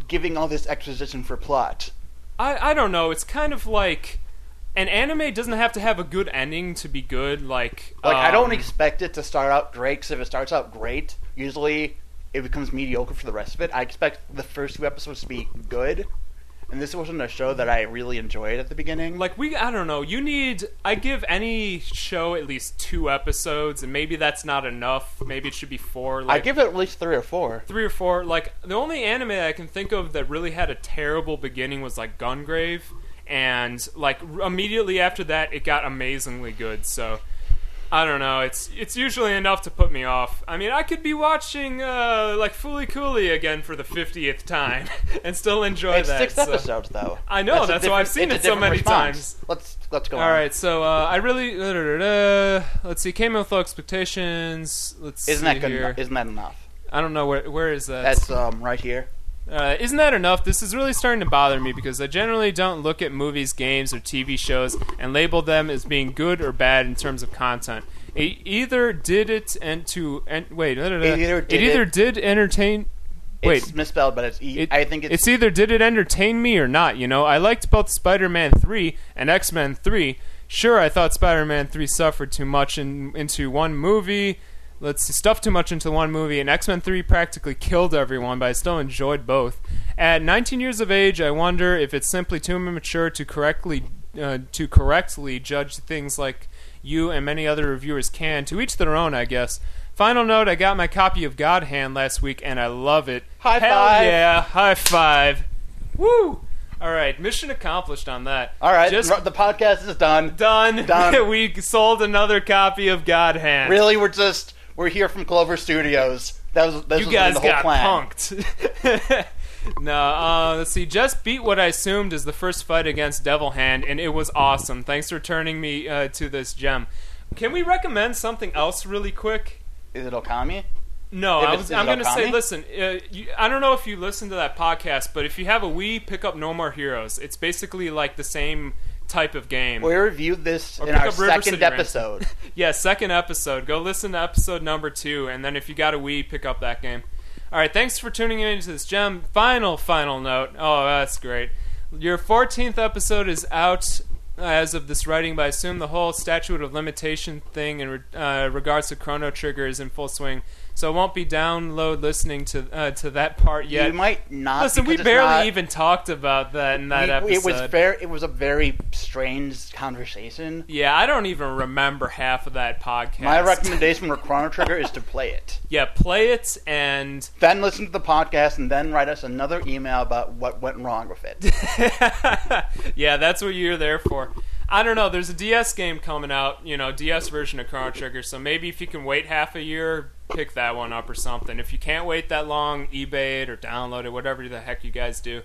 Speaker 2: giving all this exposition for plot.
Speaker 1: I, I don't know. It's kind of like an anime doesn't have to have a good ending to be good. Like,
Speaker 2: Like I don't
Speaker 1: um,
Speaker 2: expect it to start out great. 'cause if it starts out great, usually it becomes mediocre for the rest of it. I expect the first few episodes to be good, and this wasn't a show that I really enjoyed at the beginning.
Speaker 1: like we i don't know you need i give any show at least two episodes and maybe that's not enough maybe it should be four
Speaker 2: I
Speaker 1: like
Speaker 2: give it at least three or four.
Speaker 1: three or four like the only anime i can think of that really had a terrible beginning was like gungrave and like r- immediately after that it got amazingly good so I don't know. It's it's usually enough to put me off. I mean, I could be watching uh, like Fooly Cooley again for the fiftieth time and still enjoy
Speaker 2: It's
Speaker 1: that.
Speaker 2: six
Speaker 1: so.
Speaker 2: episodes though.
Speaker 1: I know, that's
Speaker 2: a
Speaker 1: why
Speaker 2: different-
Speaker 1: I've seen
Speaker 2: it's a
Speaker 1: it so
Speaker 2: different
Speaker 1: many
Speaker 2: response.
Speaker 1: times.
Speaker 2: Let's let's go.
Speaker 1: All
Speaker 2: on.
Speaker 1: right, so uh, I really da, da, da, da. let's see. Came in with low expectations. Let's
Speaker 2: Isn't
Speaker 1: see
Speaker 2: that good?
Speaker 1: here.
Speaker 2: Enough? Isn't that enough?
Speaker 1: I don't know where where is that.
Speaker 2: That's um right here.
Speaker 1: uh, isn't that enough? This is really starting to bother me because I generally don't look at movies, games, or TV shows and label them as being good or bad in terms of content. It either did it and to and wait, da, da, da.
Speaker 2: It either did
Speaker 1: it either
Speaker 2: it-
Speaker 1: did entertain. Wait,
Speaker 2: It's misspelled, but it's. E-
Speaker 1: it-
Speaker 2: I think it's.
Speaker 1: it's either did it entertain me or not. You know, I liked both Spider-Man three and X-Men three. Sure, I thought Spider-Man three suffered too much in, into one movie. Let's see, stuff too much into one movie, and X-Men three practically killed everyone, but I still enjoyed both. At 19 years of age, I wonder if it's simply too immature to correctly uh, to correctly judge things like you and many other reviewers can. To each their own, I guess. Final note: I got my copy of God Hand last week, and I love it.
Speaker 2: High
Speaker 1: Hell
Speaker 2: five.
Speaker 1: Yeah, high five. Woo! All right, mission accomplished on that.
Speaker 2: all right,
Speaker 1: just
Speaker 2: the podcast is done.
Speaker 1: done.
Speaker 2: Done.
Speaker 1: we sold another copy of God Hand.
Speaker 2: Really, we're just we're here from Clover Studios. That was that was
Speaker 1: You guys
Speaker 2: the whole
Speaker 1: got
Speaker 2: plan.
Speaker 1: punked. no, uh, let's see. Just beat what I assumed is the first fight against Devil Hand, and it was awesome. Thanks for turning me uh, to this gem. Can we recommend something else really quick?
Speaker 2: Is it Okami?
Speaker 1: No,
Speaker 2: If
Speaker 1: I
Speaker 2: it's-
Speaker 1: was,
Speaker 2: is
Speaker 1: I'm
Speaker 2: it
Speaker 1: going to say,
Speaker 2: Okami?
Speaker 1: listen, uh, you, I don't know if you listen to that podcast, but if you have a Wii, pick up No More Heroes. It's basically like the same type of game.
Speaker 2: We reviewed this
Speaker 1: Or
Speaker 2: in
Speaker 1: pick
Speaker 2: our
Speaker 1: up River
Speaker 2: second
Speaker 1: City Ransom.
Speaker 2: episode.
Speaker 1: yeah, second episode. Go listen to episode number two, and then if you got a Wii, pick up that game. All right, thanks for tuning in to this gem. Final, final note. Oh, that's great. Your 14th episode is out uh, as of this writing, but I assume the whole statute of limitation thing in re- uh, regards to Chrono Trigger is in full swing. So I won't be download listening to uh, to that part yet.
Speaker 2: You might not.
Speaker 1: Listen, we
Speaker 2: because it's
Speaker 1: barely
Speaker 2: not-
Speaker 1: even talked about that in that
Speaker 2: we- we-
Speaker 1: episode.
Speaker 2: It was very. It was a very strange conversation.
Speaker 1: yeah, I don't even remember half of that podcast.
Speaker 2: My recommendation for Chrono Trigger is to play it.
Speaker 1: Yeah, play it and
Speaker 2: Then listen to the podcast, and then write us another email about what went wrong with it.
Speaker 1: yeah, that's what you're there for. I don't know. There's a DS game coming out, you know, DS version of Chrono Trigger. So maybe if you can wait half a year, pick that one up or something. If you can't wait that long, eBay it or download it, whatever the heck you guys do.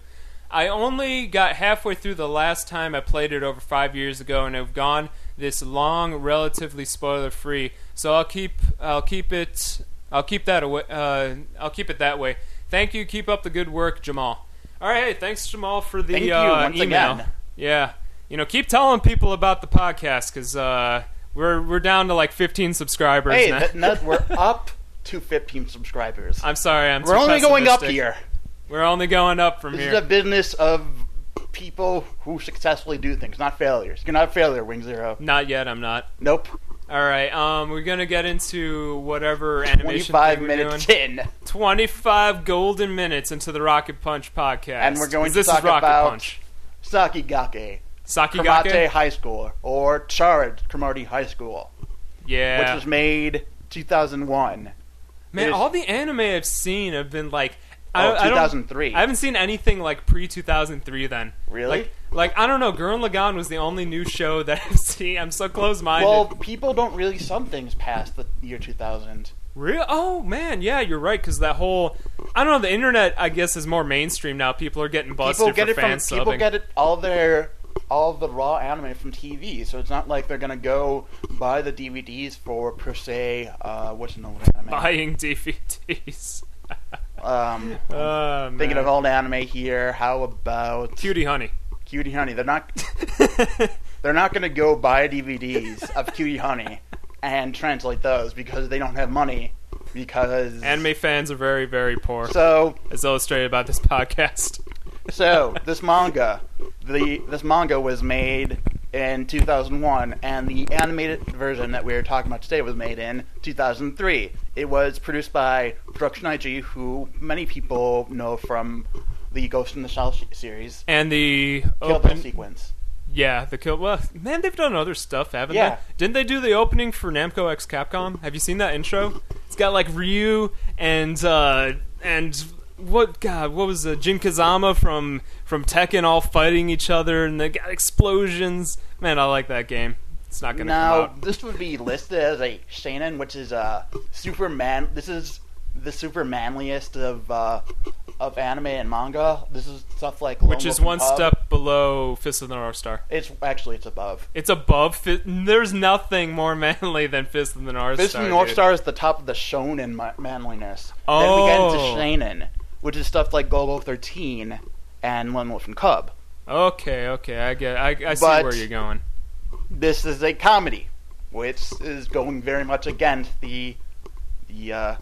Speaker 1: I only got halfway through the last time I played it over five years ago, and I've gone this long, relatively spoiler-free. So I'll keep I'll keep it I'll keep that away. Uh, I'll keep it that way. Thank you. Keep up the good work, Jamal. All right, thanks Jamal for the
Speaker 2: Thank you
Speaker 1: uh,
Speaker 2: once
Speaker 1: email.
Speaker 2: again.
Speaker 1: Yeah, you know, keep telling people about the podcast because uh, we're we're down to like 15 subscribers.
Speaker 2: hey,
Speaker 1: now.
Speaker 2: that, that- we're up to 15 subscribers.
Speaker 1: I'm sorry, I'm
Speaker 2: we're
Speaker 1: too
Speaker 2: only going up
Speaker 1: pessimistic.
Speaker 2: here.
Speaker 1: We're only going up from
Speaker 2: This
Speaker 1: here.
Speaker 2: is a business of people who successfully do things, not failures. You're not a failure, Wing Zero.
Speaker 1: Not yet. I'm not.
Speaker 2: Nope.
Speaker 1: All right. Um, we're gonna get into whatever animation.
Speaker 2: 25
Speaker 1: thing we're
Speaker 2: minutes
Speaker 1: doing.
Speaker 2: in.
Speaker 1: 25 golden minutes into the Rocket Punch podcast,
Speaker 2: And we're going
Speaker 1: 'Cause
Speaker 2: to
Speaker 1: this
Speaker 2: talk
Speaker 1: is Rocket
Speaker 2: about
Speaker 1: Punch.
Speaker 2: Sakigake, Kamate
Speaker 1: Sakigake.
Speaker 2: High School, or Charred Kamate High School,
Speaker 1: Yeah.
Speaker 2: which was made 2001.
Speaker 1: Man,
Speaker 2: There's-
Speaker 1: all the anime I've seen have been like I,
Speaker 2: Oh,
Speaker 1: I don't-
Speaker 2: 2003.
Speaker 1: I haven't seen anything like pre 2003 then.
Speaker 2: Really?
Speaker 1: Like, like, I don't know. Gurren Lagann was the only new show that I've seen. I'm so close minded.
Speaker 2: well, people don't release some things past the year 2000.
Speaker 1: Real? Oh man, yeah, you're right. Because that whole, I don't know, the internet, I guess, is more mainstream now. People are getting busted
Speaker 2: People get
Speaker 1: for
Speaker 2: it
Speaker 1: fan subbing.
Speaker 2: from people get it all their all the raw anime from TV. So it's not like they're gonna go buy the DVDs for per se. Uh, what's the name of anime?
Speaker 1: buying DVDs.
Speaker 2: Um,
Speaker 1: Uh,
Speaker 2: thinking
Speaker 1: man.
Speaker 2: of old anime here. How about
Speaker 1: Cutie Honey.
Speaker 2: Cutie Honey? They're not. They're not gonna go buy DVDs of Cutie Honey and translate those because they don't have money. Because
Speaker 1: Anime fans are very, very poor,
Speaker 2: So
Speaker 1: as illustrated by this podcast.
Speaker 2: So this manga, the this manga was made in 2001, and the animated version that we are talking about today was made in 2003. It was produced by Production IG, who many people know from the Ghost in the Shell sh- series,
Speaker 1: And the
Speaker 2: Kill Bill
Speaker 1: open,
Speaker 2: sequence.
Speaker 1: yeah, the kill. Well, man, they've done other stuff, haven't
Speaker 2: Yeah.
Speaker 1: they? Didn't they do the opening for Namco X Capcom? Have you seen that intro? It's got like Ryu and uh, and what God, what was it? Jin Kazama from from Tekken all fighting each other, and they got explosions. Man, I like that game. It's not gonna come
Speaker 2: Now
Speaker 1: out.
Speaker 2: this would be listed as a shonen, which is a Superman. This is the super manliest of uh, of anime and manga. This is stuff like Lone
Speaker 1: Which is
Speaker 2: Wolf and
Speaker 1: one
Speaker 2: Cub.
Speaker 1: step below Fist of the North Star.
Speaker 2: It's actually it's above.
Speaker 1: It's above. Fi- There's nothing more manly than Fist of the North
Speaker 2: Fist
Speaker 1: Star.
Speaker 2: of the North
Speaker 1: dude.
Speaker 2: Star is the top of the shonen ma- manliness.
Speaker 1: Oh.
Speaker 2: Then we get into shonen, which is stuff like Global 13 and Lone Wolf and Cub.
Speaker 1: Okay, okay, I get. I, I see
Speaker 2: But-
Speaker 1: where you're going.
Speaker 2: This is a comedy, which is going very much against the the uh,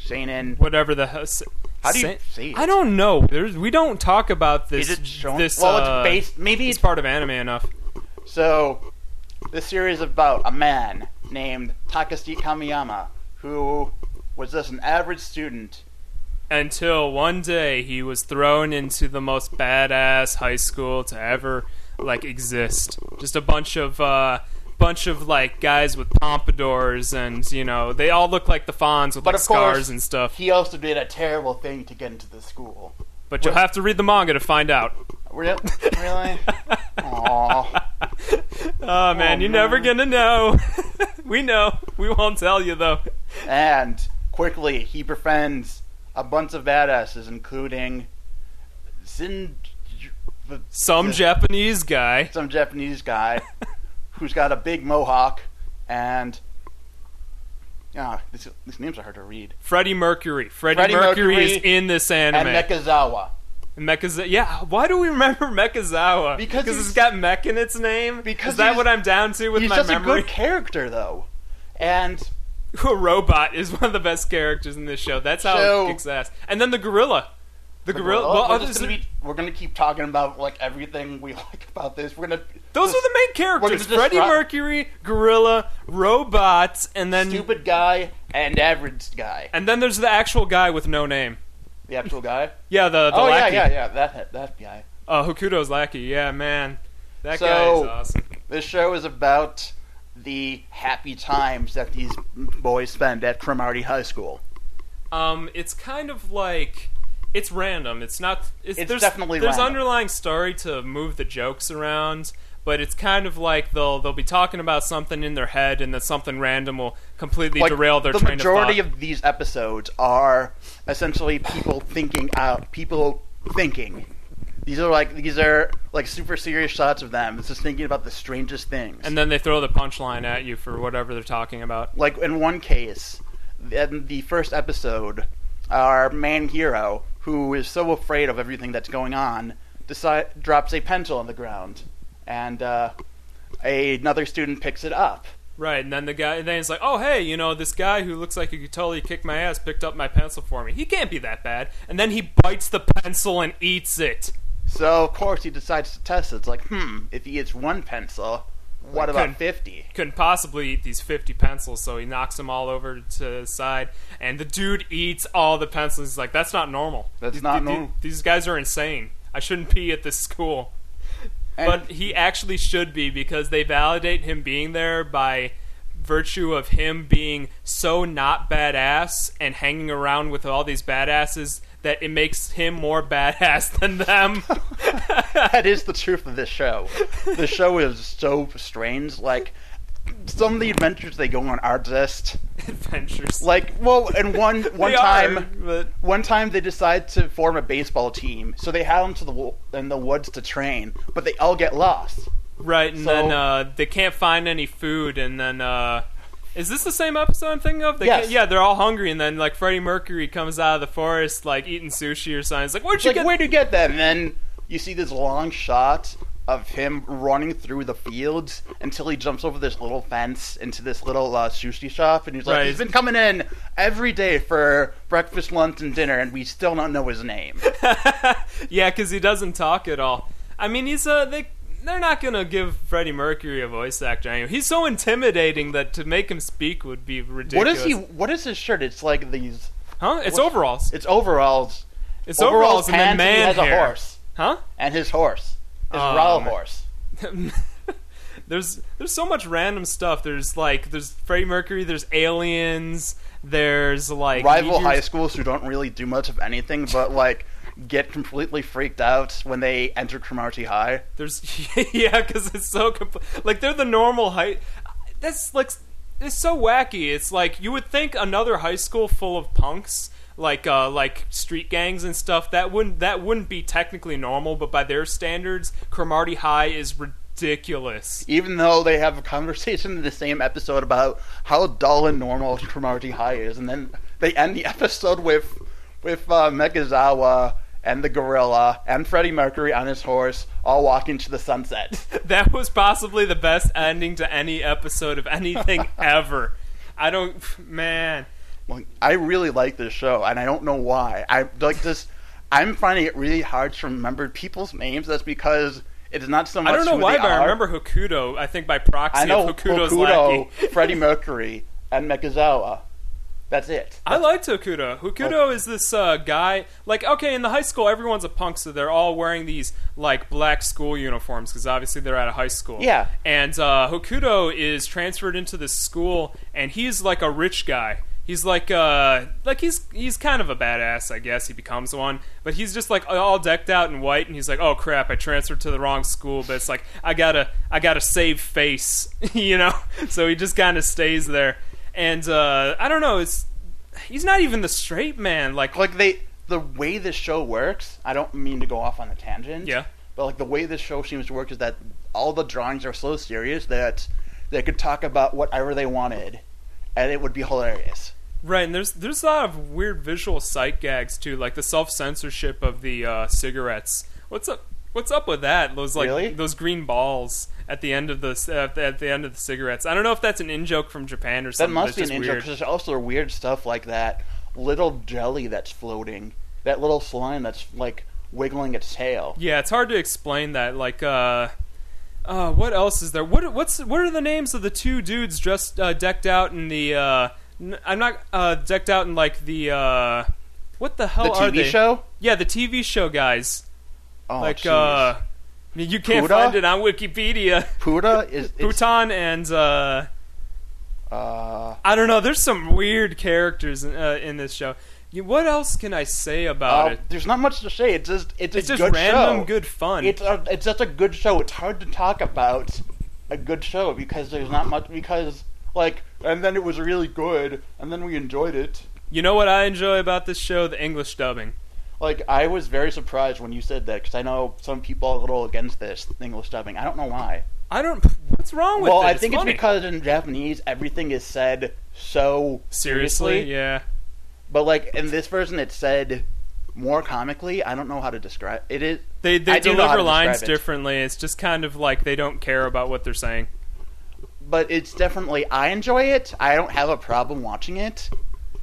Speaker 2: shonen.
Speaker 1: Whatever the. hell- s-
Speaker 2: How do you
Speaker 1: sen-
Speaker 2: say it?
Speaker 1: I don't know. There's. We don't talk about this.
Speaker 2: Is it shonen?
Speaker 1: This.
Speaker 2: well,
Speaker 1: uh,
Speaker 2: it's based maybe
Speaker 1: It's
Speaker 2: it's
Speaker 1: part of anime enough.
Speaker 2: So, this series is about a man named Takashi Kamiyama who was just an average student
Speaker 1: Until one day he was thrown into the most badass high school to ever like exist. Just a bunch of uh bunch of like guys with pompadours and you know they all look like the Fonz with
Speaker 2: But
Speaker 1: like
Speaker 2: of course,
Speaker 1: scars and stuff.
Speaker 2: He also did a terrible thing to get into the school.
Speaker 1: But you'll have to read the manga to find out.
Speaker 2: Re- really? Aww.
Speaker 1: Oh man,
Speaker 2: Oh,
Speaker 1: you're never
Speaker 2: man.
Speaker 1: gonna know. we know. We won't tell you though.
Speaker 2: And quickly, he befriends a bunch of badasses, including Sin,
Speaker 1: Some
Speaker 2: Yeah.
Speaker 1: Japanese guy.
Speaker 2: some Japanese guy who's got a big mohawk, and yeah, these, these names are hard to read.
Speaker 1: Freddie Mercury. Freddie,
Speaker 2: Freddie
Speaker 1: Mercury, is
Speaker 2: Mercury
Speaker 1: in this anime.
Speaker 2: And Nekazawa.
Speaker 1: And Mekaza- yeah, why do we remember Mekazawa?
Speaker 2: Because he's-
Speaker 1: it's got Mech in its name?
Speaker 2: Because
Speaker 1: is that
Speaker 2: he's-
Speaker 1: what I'm down to with
Speaker 2: He's
Speaker 1: my
Speaker 2: just
Speaker 1: memory?
Speaker 2: a good character, though. And
Speaker 1: A robot is one of the best characters in this show. That's how
Speaker 2: So-
Speaker 1: it kicks ass. And then the gorilla. The, gorilla.
Speaker 2: Well,
Speaker 1: well,
Speaker 2: we're,
Speaker 1: others-
Speaker 2: just gonna be, we're gonna keep talking about like everything we like about this. We're gonna
Speaker 1: those are the main
Speaker 2: We're
Speaker 1: characters:
Speaker 2: just
Speaker 1: Freddie
Speaker 2: describe-
Speaker 1: Mercury, gorilla, robots, and then
Speaker 2: stupid guy and average guy.
Speaker 1: and then there's the actual guy with no name.
Speaker 2: The actual guy.
Speaker 1: Yeah, the, the
Speaker 2: oh
Speaker 1: lackey.
Speaker 2: yeah, yeah, yeah. That that guy.
Speaker 1: Uh, Hokuto's lackey. Yeah, man. That guy is
Speaker 2: So-
Speaker 1: awesome.
Speaker 2: This show is about the happy times that these boys spend at Cromarty High School.
Speaker 1: Um, it's kind of like it's random. It's not. It's,
Speaker 2: It's
Speaker 1: there's,
Speaker 2: definitely
Speaker 1: there's
Speaker 2: random.
Speaker 1: underlying story to move the jokes around, but it's kind of like they'll they'll be talking about something in their head, and then something random will completely
Speaker 2: Like,
Speaker 1: derail their
Speaker 2: the
Speaker 1: train
Speaker 2: majority
Speaker 1: of thought.
Speaker 2: of these episodes are essentially people thinking out, people thinking. These are like these are like super serious shots of them. It's just thinking about the strangest things.
Speaker 1: and then they throw the punchline at you for whatever they're talking about.
Speaker 2: like in one case, in the first episode, our main hero, who is so afraid of everything that's going on, decide, drops a pencil on the ground, and uh, another student picks it up.
Speaker 1: Right, and then the guy, and then he's like, "Oh, hey, you know, this guy who looks like he could totally kick my ass picked up my pencil for me. He can't be that bad." And then he bites the pencil and eats it.
Speaker 2: So of course he decides to test it. It's like, hmm, if he eats one pencil, what
Speaker 1: Good.
Speaker 2: about fifty?
Speaker 1: couldn't possibly eat these 50 pencils, so he knocks them all over to the side. And the dude eats all the pencils. He's like, that's not normal.
Speaker 2: That's
Speaker 1: Th-
Speaker 2: not
Speaker 1: th- th-
Speaker 2: normal."
Speaker 1: These guys are insane. I shouldn't be at this school.
Speaker 2: And-
Speaker 1: but he actually should be because they validate him being there by virtue of him being so not badass and hanging around with all these badasses that it makes him more badass than them.
Speaker 2: that is the truth of this show. The show is so strange. Like some of the adventures they go on are just
Speaker 1: Adventures.
Speaker 2: like well. And one one
Speaker 1: They are,
Speaker 2: time,
Speaker 1: but
Speaker 2: one time they decide to form a baseball team, so they had them to the wo- in the woods to train, but they all get lost.
Speaker 1: right, and
Speaker 2: So-
Speaker 1: then uh, they can't find any food, and then uh, is this the same episode I'm thinking of? They
Speaker 2: Yes.
Speaker 1: can't- Yeah, they're all hungry, and then like Freddie Mercury comes out of the forest like eating sushi or something. It's like, where'd
Speaker 2: It's
Speaker 1: you
Speaker 2: like,
Speaker 1: get?
Speaker 2: where'd you get that? And then you see this long shot of him running through the fields until he jumps over this little fence into this little uh, sushi shop, and he's like,
Speaker 1: Right.
Speaker 2: he's been coming in every day for breakfast, lunch, and dinner, and we still don't know his name.
Speaker 1: Yeah, because he doesn't talk at all. I mean, he's uh, they they're not gonna give Freddie Mercury a voice actor. Anyway. He's so intimidating that to make him speak would be ridiculous.
Speaker 2: what is he? What is his shirt? It's like these.
Speaker 1: Huh? It's
Speaker 2: what-
Speaker 1: overalls.
Speaker 2: It's overalls.
Speaker 1: It's overalls, and then
Speaker 2: pants, he
Speaker 1: man
Speaker 2: has
Speaker 1: hair.
Speaker 2: a horse
Speaker 1: Huh?
Speaker 2: and his horse, his
Speaker 1: Oh,
Speaker 2: Raul
Speaker 1: man.
Speaker 2: horse.
Speaker 1: there's there's so much random stuff. There's like there's Freddie Mercury. There's aliens. There's like
Speaker 2: rival high
Speaker 1: meteors-
Speaker 2: schools who don't really do much of anything but like get completely freaked out when they enter Cromarty High.
Speaker 1: There's yeah, because it's so compl- like they're the normal height. That's like it's so wacky. It's like you would think another high school full of punks, like uh, like street gangs and stuff. That wouldn't that wouldn't be technically normal, but by their standards, Cromarty High is ridiculous.
Speaker 2: Even though they have a conversation in the same episode about how dull and normal Cromarty High is, and then they end the episode with with uh, Megazawa and the gorilla and Freddie Mercury on his horse all walking to the sunset.
Speaker 1: That was possibly the best ending to any episode of anything ever. I don't man.
Speaker 2: Like, I really like this show, and I don't know why. I like this. I'm finding it really hard to remember people's names. That's because it's not so much.
Speaker 1: I don't know
Speaker 2: who
Speaker 1: why,
Speaker 2: they
Speaker 1: but
Speaker 2: are.
Speaker 1: I remember Hokuto. I think by proxy
Speaker 2: I know
Speaker 1: of Hokuto's
Speaker 2: Hokuto,
Speaker 1: lackey.
Speaker 2: Freddie Mercury, and Mekazawa. That's it.
Speaker 1: I liked Hokuto. Hokuto is this uh, guy. Like, okay, in the high school, everyone's a punk, so they're all wearing these like black school uniforms because obviously they're out of high school.
Speaker 2: Yeah.
Speaker 1: And uh, Hokuto is transferred into this school, and he's like a rich guy. He's like, uh, like he's he's kind of a badass, I guess. He becomes one, but he's just like all decked out in white, and he's like, "Oh crap, I transferred to the wrong school." But it's like, I gotta, I gotta save face, you know. So he just kind of stays there, and uh, I don't know. It's he's not even the straight man. Like,
Speaker 2: Like they, the way this show works. I don't mean to go off on a tangent.
Speaker 1: Yeah.
Speaker 2: But like the way this show seems to work is that all the drawings are so serious that they could talk about whatever they wanted, and it would be hilarious.
Speaker 1: right? And there's there's a lot of weird visual sight gags too, like the self censorship of the uh, cigarettes. What's up? What's up with that? Those like
Speaker 2: Really?
Speaker 1: those green balls at the end of the at the, at the end of the cigarettes. I don't know if that's an in joke from Japan or
Speaker 2: That
Speaker 1: something.
Speaker 2: must be
Speaker 1: but it's just
Speaker 2: an intro
Speaker 1: weird.
Speaker 2: because there's also weird stuff like that little jelly that's floating, that little slime that's like wiggling its tail.
Speaker 1: Yeah, it's hard to explain that. Like, uh, uh, what else is there? What what's what are the names of the two dudes dressed uh, decked out in the? Uh, n- I'm not uh, decked out in like the. Uh, what the hell
Speaker 2: The
Speaker 1: are
Speaker 2: TV
Speaker 1: they?
Speaker 2: show?
Speaker 1: Yeah, the TV show guys.
Speaker 2: Oh,
Speaker 1: like,
Speaker 2: jeez.
Speaker 1: uh, I mean, you can't
Speaker 2: Puda?
Speaker 1: find it on Wikipedia.
Speaker 2: Puda is it's,
Speaker 1: Bhutan and uh,
Speaker 2: uh,
Speaker 1: I don't know. There's some weird characters in, uh, in this show. You- What else can I say about
Speaker 2: uh,
Speaker 1: it?
Speaker 2: there's not much to say. It's just it's a
Speaker 1: It's just
Speaker 2: good
Speaker 1: random
Speaker 2: show.
Speaker 1: good fun.
Speaker 2: It's a, it's such a good show. It's hard to talk about a good show because there's not much because like and then it was really good and then we enjoyed it.
Speaker 1: you know what I enjoy about this show? The English dubbing.
Speaker 2: Like I was very surprised when you said that because I know some people are a little against this English dubbing. I don't know why.
Speaker 1: I don't. What's wrong with
Speaker 2: Well,
Speaker 1: it?
Speaker 2: I think
Speaker 1: funny.
Speaker 2: it's because in Japanese everything is said so
Speaker 1: seriously, yeah.
Speaker 2: But like in this version, it's said more comically. I don't know how to describe it. Is
Speaker 1: They they
Speaker 2: I do know
Speaker 1: deliver
Speaker 2: how to describe
Speaker 1: lines
Speaker 2: it.
Speaker 1: differently. It's just kind of like they don't care about what they're saying.
Speaker 2: but it's definitely I enjoy it. I don't have a problem watching it.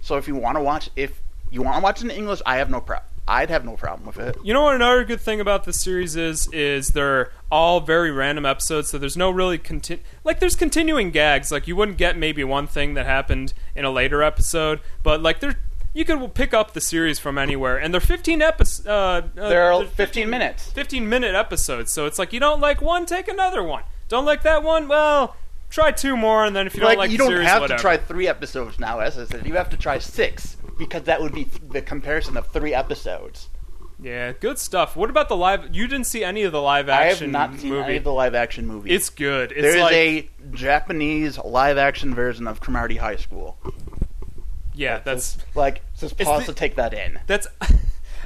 Speaker 2: So if you want to watch, if you want to watch it in English, I have no problem. I'd have no problem with it.
Speaker 1: You know what? Another good thing about this series is is they're all very random episodes, so there's no really conti- like there's continuing gags. Like you wouldn't get maybe one thing that happened in a later episode, but like they're you could pick up the series from anywhere, and they're 15 episodes. Uh, uh,
Speaker 2: They're 15 minutes.
Speaker 1: 15 minute episodes, so it's like you don't like one, take another one. Don't like that one? Well, try two more, and then if you don't
Speaker 2: Like,
Speaker 1: like
Speaker 2: you
Speaker 1: the
Speaker 2: don't
Speaker 1: series,
Speaker 2: have
Speaker 1: whatever.
Speaker 2: to try three episodes now, as I said. You have to try six because that would be the comparison of three episodes.
Speaker 1: Yeah, good stuff. What about the live? You didn't see any of the live
Speaker 2: I have
Speaker 1: action
Speaker 2: not seen
Speaker 1: movie.
Speaker 2: any of the live action movies.
Speaker 1: it's good. It's
Speaker 2: There is
Speaker 1: like,
Speaker 2: a Japanese live action version of Cromarty High School.
Speaker 1: yeah, that's
Speaker 2: Like, just pause
Speaker 1: the-
Speaker 2: to take that in.
Speaker 1: that's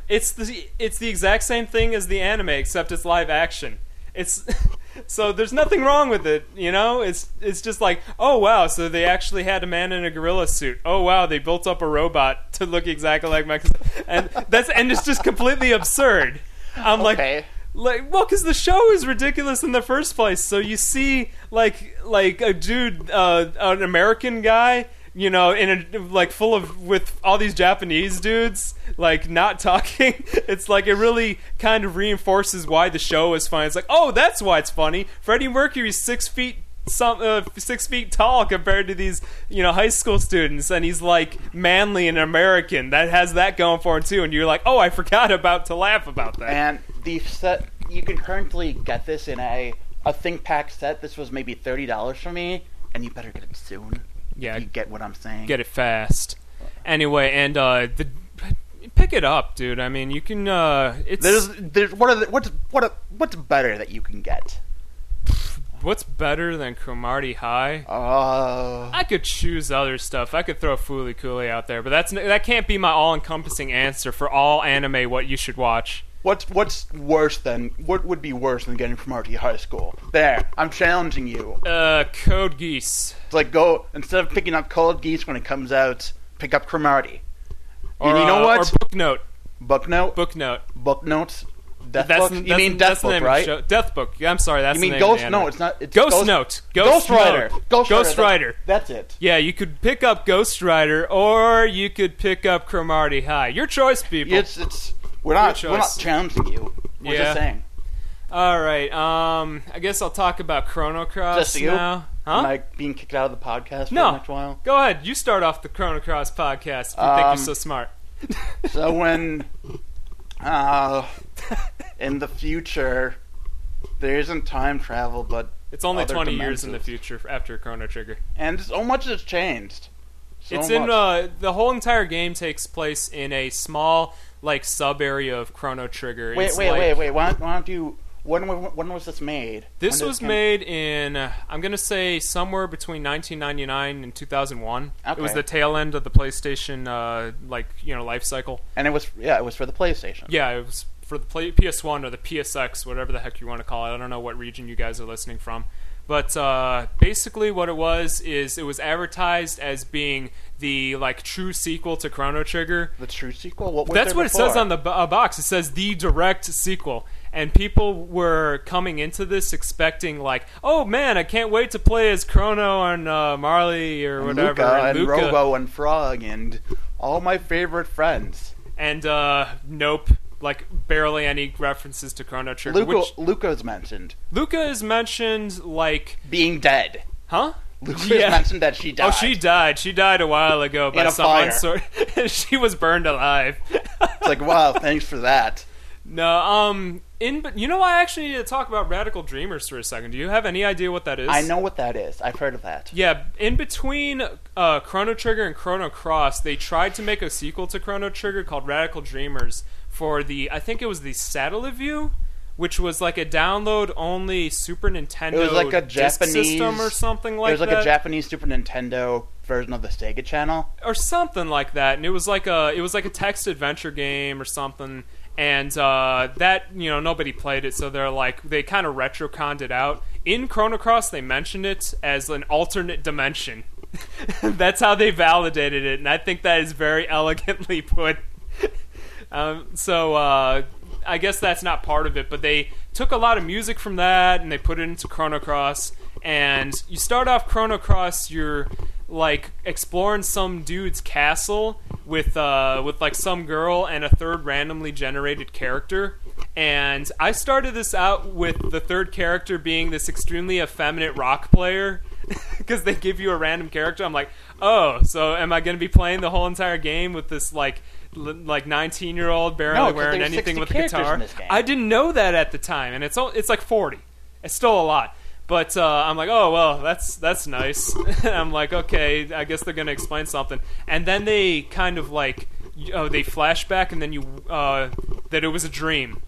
Speaker 1: it's the it's the exact same thing as the anime except it's live action. It's so there's nothing wrong with it, you know? It's it's just like, "Oh wow, so they actually had a man in a gorilla suit. Oh wow, they built up a robot to look exactly like Max." And that's and it's just completely absurd. I'm like
Speaker 2: Okay.
Speaker 1: like well because the show is ridiculous in the first place so you see like like a dude uh, an american guy you know in a like full of with all these japanese dudes like not talking it's like it really kind of reinforces why the show is funny it's like oh that's why it's funny freddie mercury's six feet some uh, six feet tall compared to these you know high school students and he's like manly and american that has that going for him too and you're like oh i forgot about to laugh about that
Speaker 2: And the set you can currently get this in a a think pack set. This was maybe thirty dollars for me, and you better get it soon.
Speaker 1: Yeah.
Speaker 2: If you get what I'm saying.
Speaker 1: get it fast. Anyway, and uh, the pick it up, dude. I mean, you can. Uh, it's
Speaker 2: There's there's what are the, what's what are, what's better that you can get?
Speaker 1: what's better than Cromarty High.
Speaker 2: Uh,
Speaker 1: I could choose other stuff. I could throw Fooly Cooley out there, but that's n- that can't be my all-encompassing answer for all anime. What you should watch.
Speaker 2: what's what's worse than what would be worse than getting from RT High School? There, I'm challenging you.
Speaker 1: Uh, Code Geass.
Speaker 2: It's like go instead of picking up Cold Geese when it comes out, pick up Cromarty.
Speaker 1: Or,
Speaker 2: and you know
Speaker 1: uh,
Speaker 2: what?
Speaker 1: Or Book Note.
Speaker 2: Book note, book,
Speaker 1: Book Note.
Speaker 2: notes, death
Speaker 1: That's,
Speaker 2: book.
Speaker 1: n-
Speaker 2: you
Speaker 1: that's-
Speaker 2: mean
Speaker 1: that's
Speaker 2: death
Speaker 1: the
Speaker 2: book,
Speaker 1: name of the
Speaker 2: right?
Speaker 1: show. Death Book. Yeah, I'm sorry. That's
Speaker 2: You
Speaker 1: the
Speaker 2: mean
Speaker 1: name of the
Speaker 2: Ghost?
Speaker 1: anime.
Speaker 2: No, it's not. It's
Speaker 1: Ghost Note. Ghost
Speaker 2: Ghost Rider.
Speaker 1: Note.
Speaker 2: Ghost,
Speaker 1: Ghost Rider.
Speaker 2: That's, that's it.
Speaker 1: Yeah, you could pick up Ghost Rider, or you could pick up Cromarty High. Your choice, people.
Speaker 2: It's it's. We're not.
Speaker 1: Your
Speaker 2: We're not
Speaker 1: choice.
Speaker 2: challenging you. We're
Speaker 1: Yeah.
Speaker 2: just saying.
Speaker 1: All right. Um, I guess I'll talk about Chrono Cross
Speaker 2: Just you?
Speaker 1: now. Huh?
Speaker 2: Am I being kicked out of the podcast for
Speaker 1: No.
Speaker 2: the next while?
Speaker 1: Go ahead. You start off the Chrono Cross podcast. If you think
Speaker 2: Um,
Speaker 1: you're so smart.
Speaker 2: So when, uh, in the future, there isn't time travel, but
Speaker 1: It's only
Speaker 2: other
Speaker 1: 20 years in the
Speaker 2: dimensions.
Speaker 1: future after Chrono Trigger.
Speaker 2: and so much has changed. So
Speaker 1: it's
Speaker 2: much.
Speaker 1: in uh, the whole entire game takes place in a small like sub area of Chrono Trigger.
Speaker 2: Wait,
Speaker 1: It's
Speaker 2: wait,
Speaker 1: like-
Speaker 2: wait, wait. Why don't, why don't you? When wa- when was this mid?
Speaker 1: This was made in, uh, I'm going to say, somewhere between 1999 and 2001. It was
Speaker 2: Okay.
Speaker 1: the tail end of the PlayStation, uh, like, you know, life cycle.
Speaker 2: and it was yeah, it was for the PlayStation.
Speaker 1: Yeah, it was for the play- PS1 or the PSX, whatever the heck you want to call it. I don't know what region you guys are listening from. But uh, basically, what it was is it was advertised as being the like true sequel to Chrono Trigger,
Speaker 2: The true sequel. What was
Speaker 1: that's
Speaker 2: there
Speaker 1: what it says
Speaker 2: before?
Speaker 1: on the bo- uh, box. It says the direct sequel, and people were coming into this expecting like, "Oh man, I can't wait to play as Chrono and uh, Marley or whatever,
Speaker 2: Luca and,
Speaker 1: Luca."
Speaker 2: Robo and Frog and all my favorite friends.
Speaker 1: And uh, nope, like barely any references to Chrono Trigger.
Speaker 2: Luca,
Speaker 1: Which
Speaker 2: Luca's mentioned
Speaker 1: Luca is mentioned like,
Speaker 2: being dead.
Speaker 1: huh?
Speaker 2: Luca's
Speaker 1: Yeah.
Speaker 2: mentioned that she died.
Speaker 1: Oh, she died. She died a while ago by
Speaker 2: a
Speaker 1: someone.
Speaker 2: fire.
Speaker 1: Sort. she was burned alive.
Speaker 2: It's like wow, thanks for that.
Speaker 1: No, um, in but you know, I actually need to talk about Radical Dreamers for a second. Do you have any idea what that is?
Speaker 2: I know what that is. I've heard of that.
Speaker 1: Yeah, in between uh, Chrono Trigger and Chrono Cross, they tried to make a sequel to Chrono Trigger called Radical Dreamers for the I think it was the Satellite View, which was like a download only Super Nintendo.
Speaker 2: It was like a
Speaker 1: disc
Speaker 2: Japanese
Speaker 1: system or something
Speaker 2: It
Speaker 1: like
Speaker 2: was like
Speaker 1: that,
Speaker 2: a Japanese Super Nintendo version of the Sega Channel.
Speaker 1: or something like that. And it was like a it was like a text adventure game or something. And uh, that you know nobody played it, so they're like they kind of retroconned it out. In Chrono Cross, they mentioned it as an alternate dimension. That's how they validated it, and I think that is very elegantly put. um, so uh, I guess that's not part of it, but they took a lot of music from that and they put it into Chrono Cross. And you start off Chrono Cross, you're like exploring some dude's castle with uh, with like some girl and a third randomly generated character. And I started this out with the third character being this extremely effeminate rock player because they give you a random character. I'm like, oh, so am I going to be playing the whole entire game with this like l- like 19 year old barely
Speaker 2: No, 'cause
Speaker 1: wearing
Speaker 2: there's
Speaker 1: anything
Speaker 2: 60
Speaker 1: with a
Speaker 2: characters
Speaker 1: guitar?
Speaker 2: in this game.
Speaker 1: I didn't know that at the time, and it's all, it's like 40. It's still a lot, But uh, I'm like, oh well, that's that's nice. I'm like, okay, I guess they're gonna explain something. And then they kind of like, you know, they flash back, and then you uh, that it was a dream,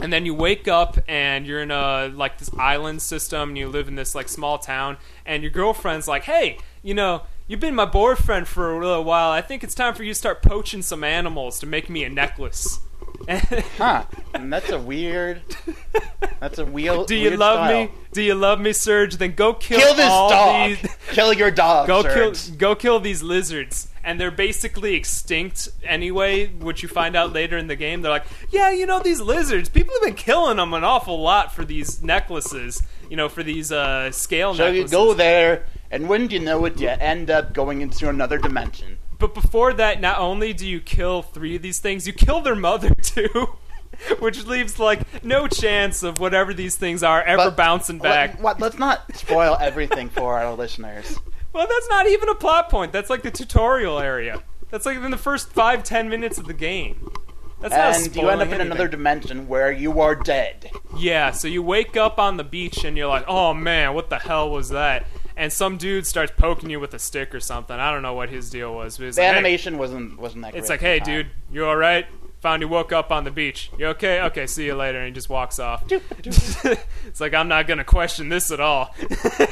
Speaker 1: and then you wake up and you're in a like this island system, and you live in this like small town, and your girlfriend's like, hey, you know. You've been my boyfriend for a little while. I think it's time for you to start poaching some animals to make me a necklace.
Speaker 2: Huh. And that's a weird. That's a wheel.
Speaker 1: Do you
Speaker 2: weird
Speaker 1: love
Speaker 2: style.
Speaker 1: me? Do you love me, Serge? Then go kill,
Speaker 2: Kill this
Speaker 1: all
Speaker 2: dog.
Speaker 1: these.
Speaker 2: Kill your dog.
Speaker 1: Go
Speaker 2: Serge.
Speaker 1: kill, go kill these lizards, and they're basically extinct anyway. Which you find out later in the game. They're like, yeah, you know these lizards. People have been killing them an awful lot for these necklaces. You know, for these uh, scale
Speaker 2: So you
Speaker 1: necklaces.
Speaker 2: go there, and wouldn't you know it, you end up going into another dimension.
Speaker 1: But before that, not only do you kill three of these things, you kill their mother too. Which leaves like no chance of whatever these things are ever
Speaker 2: But-
Speaker 1: bouncing back.
Speaker 2: Let, us not spoil everything for our listeners.
Speaker 1: Well, that's not even a plot point. That's like the tutorial area. That's like in the first five, ten minutes of the game. That's not
Speaker 2: And you
Speaker 1: spoiling
Speaker 2: end up in
Speaker 1: anything.
Speaker 2: another dimension where you are dead.
Speaker 1: Yeah, so you wake up on the beach and you're like, oh man, what the hell was that? And some dude starts poking you with a stick or something. I don't know what his deal was. But he's
Speaker 2: The
Speaker 1: like, hey.
Speaker 2: animation wasn't wasn't that.
Speaker 1: It's
Speaker 2: great
Speaker 1: like,
Speaker 2: at
Speaker 1: hey,
Speaker 2: the time.
Speaker 1: dude, you all right? Found you woke up on the beach. You okay? Okay, see you later. And he just walks off. it's like I'm not gonna question this at all.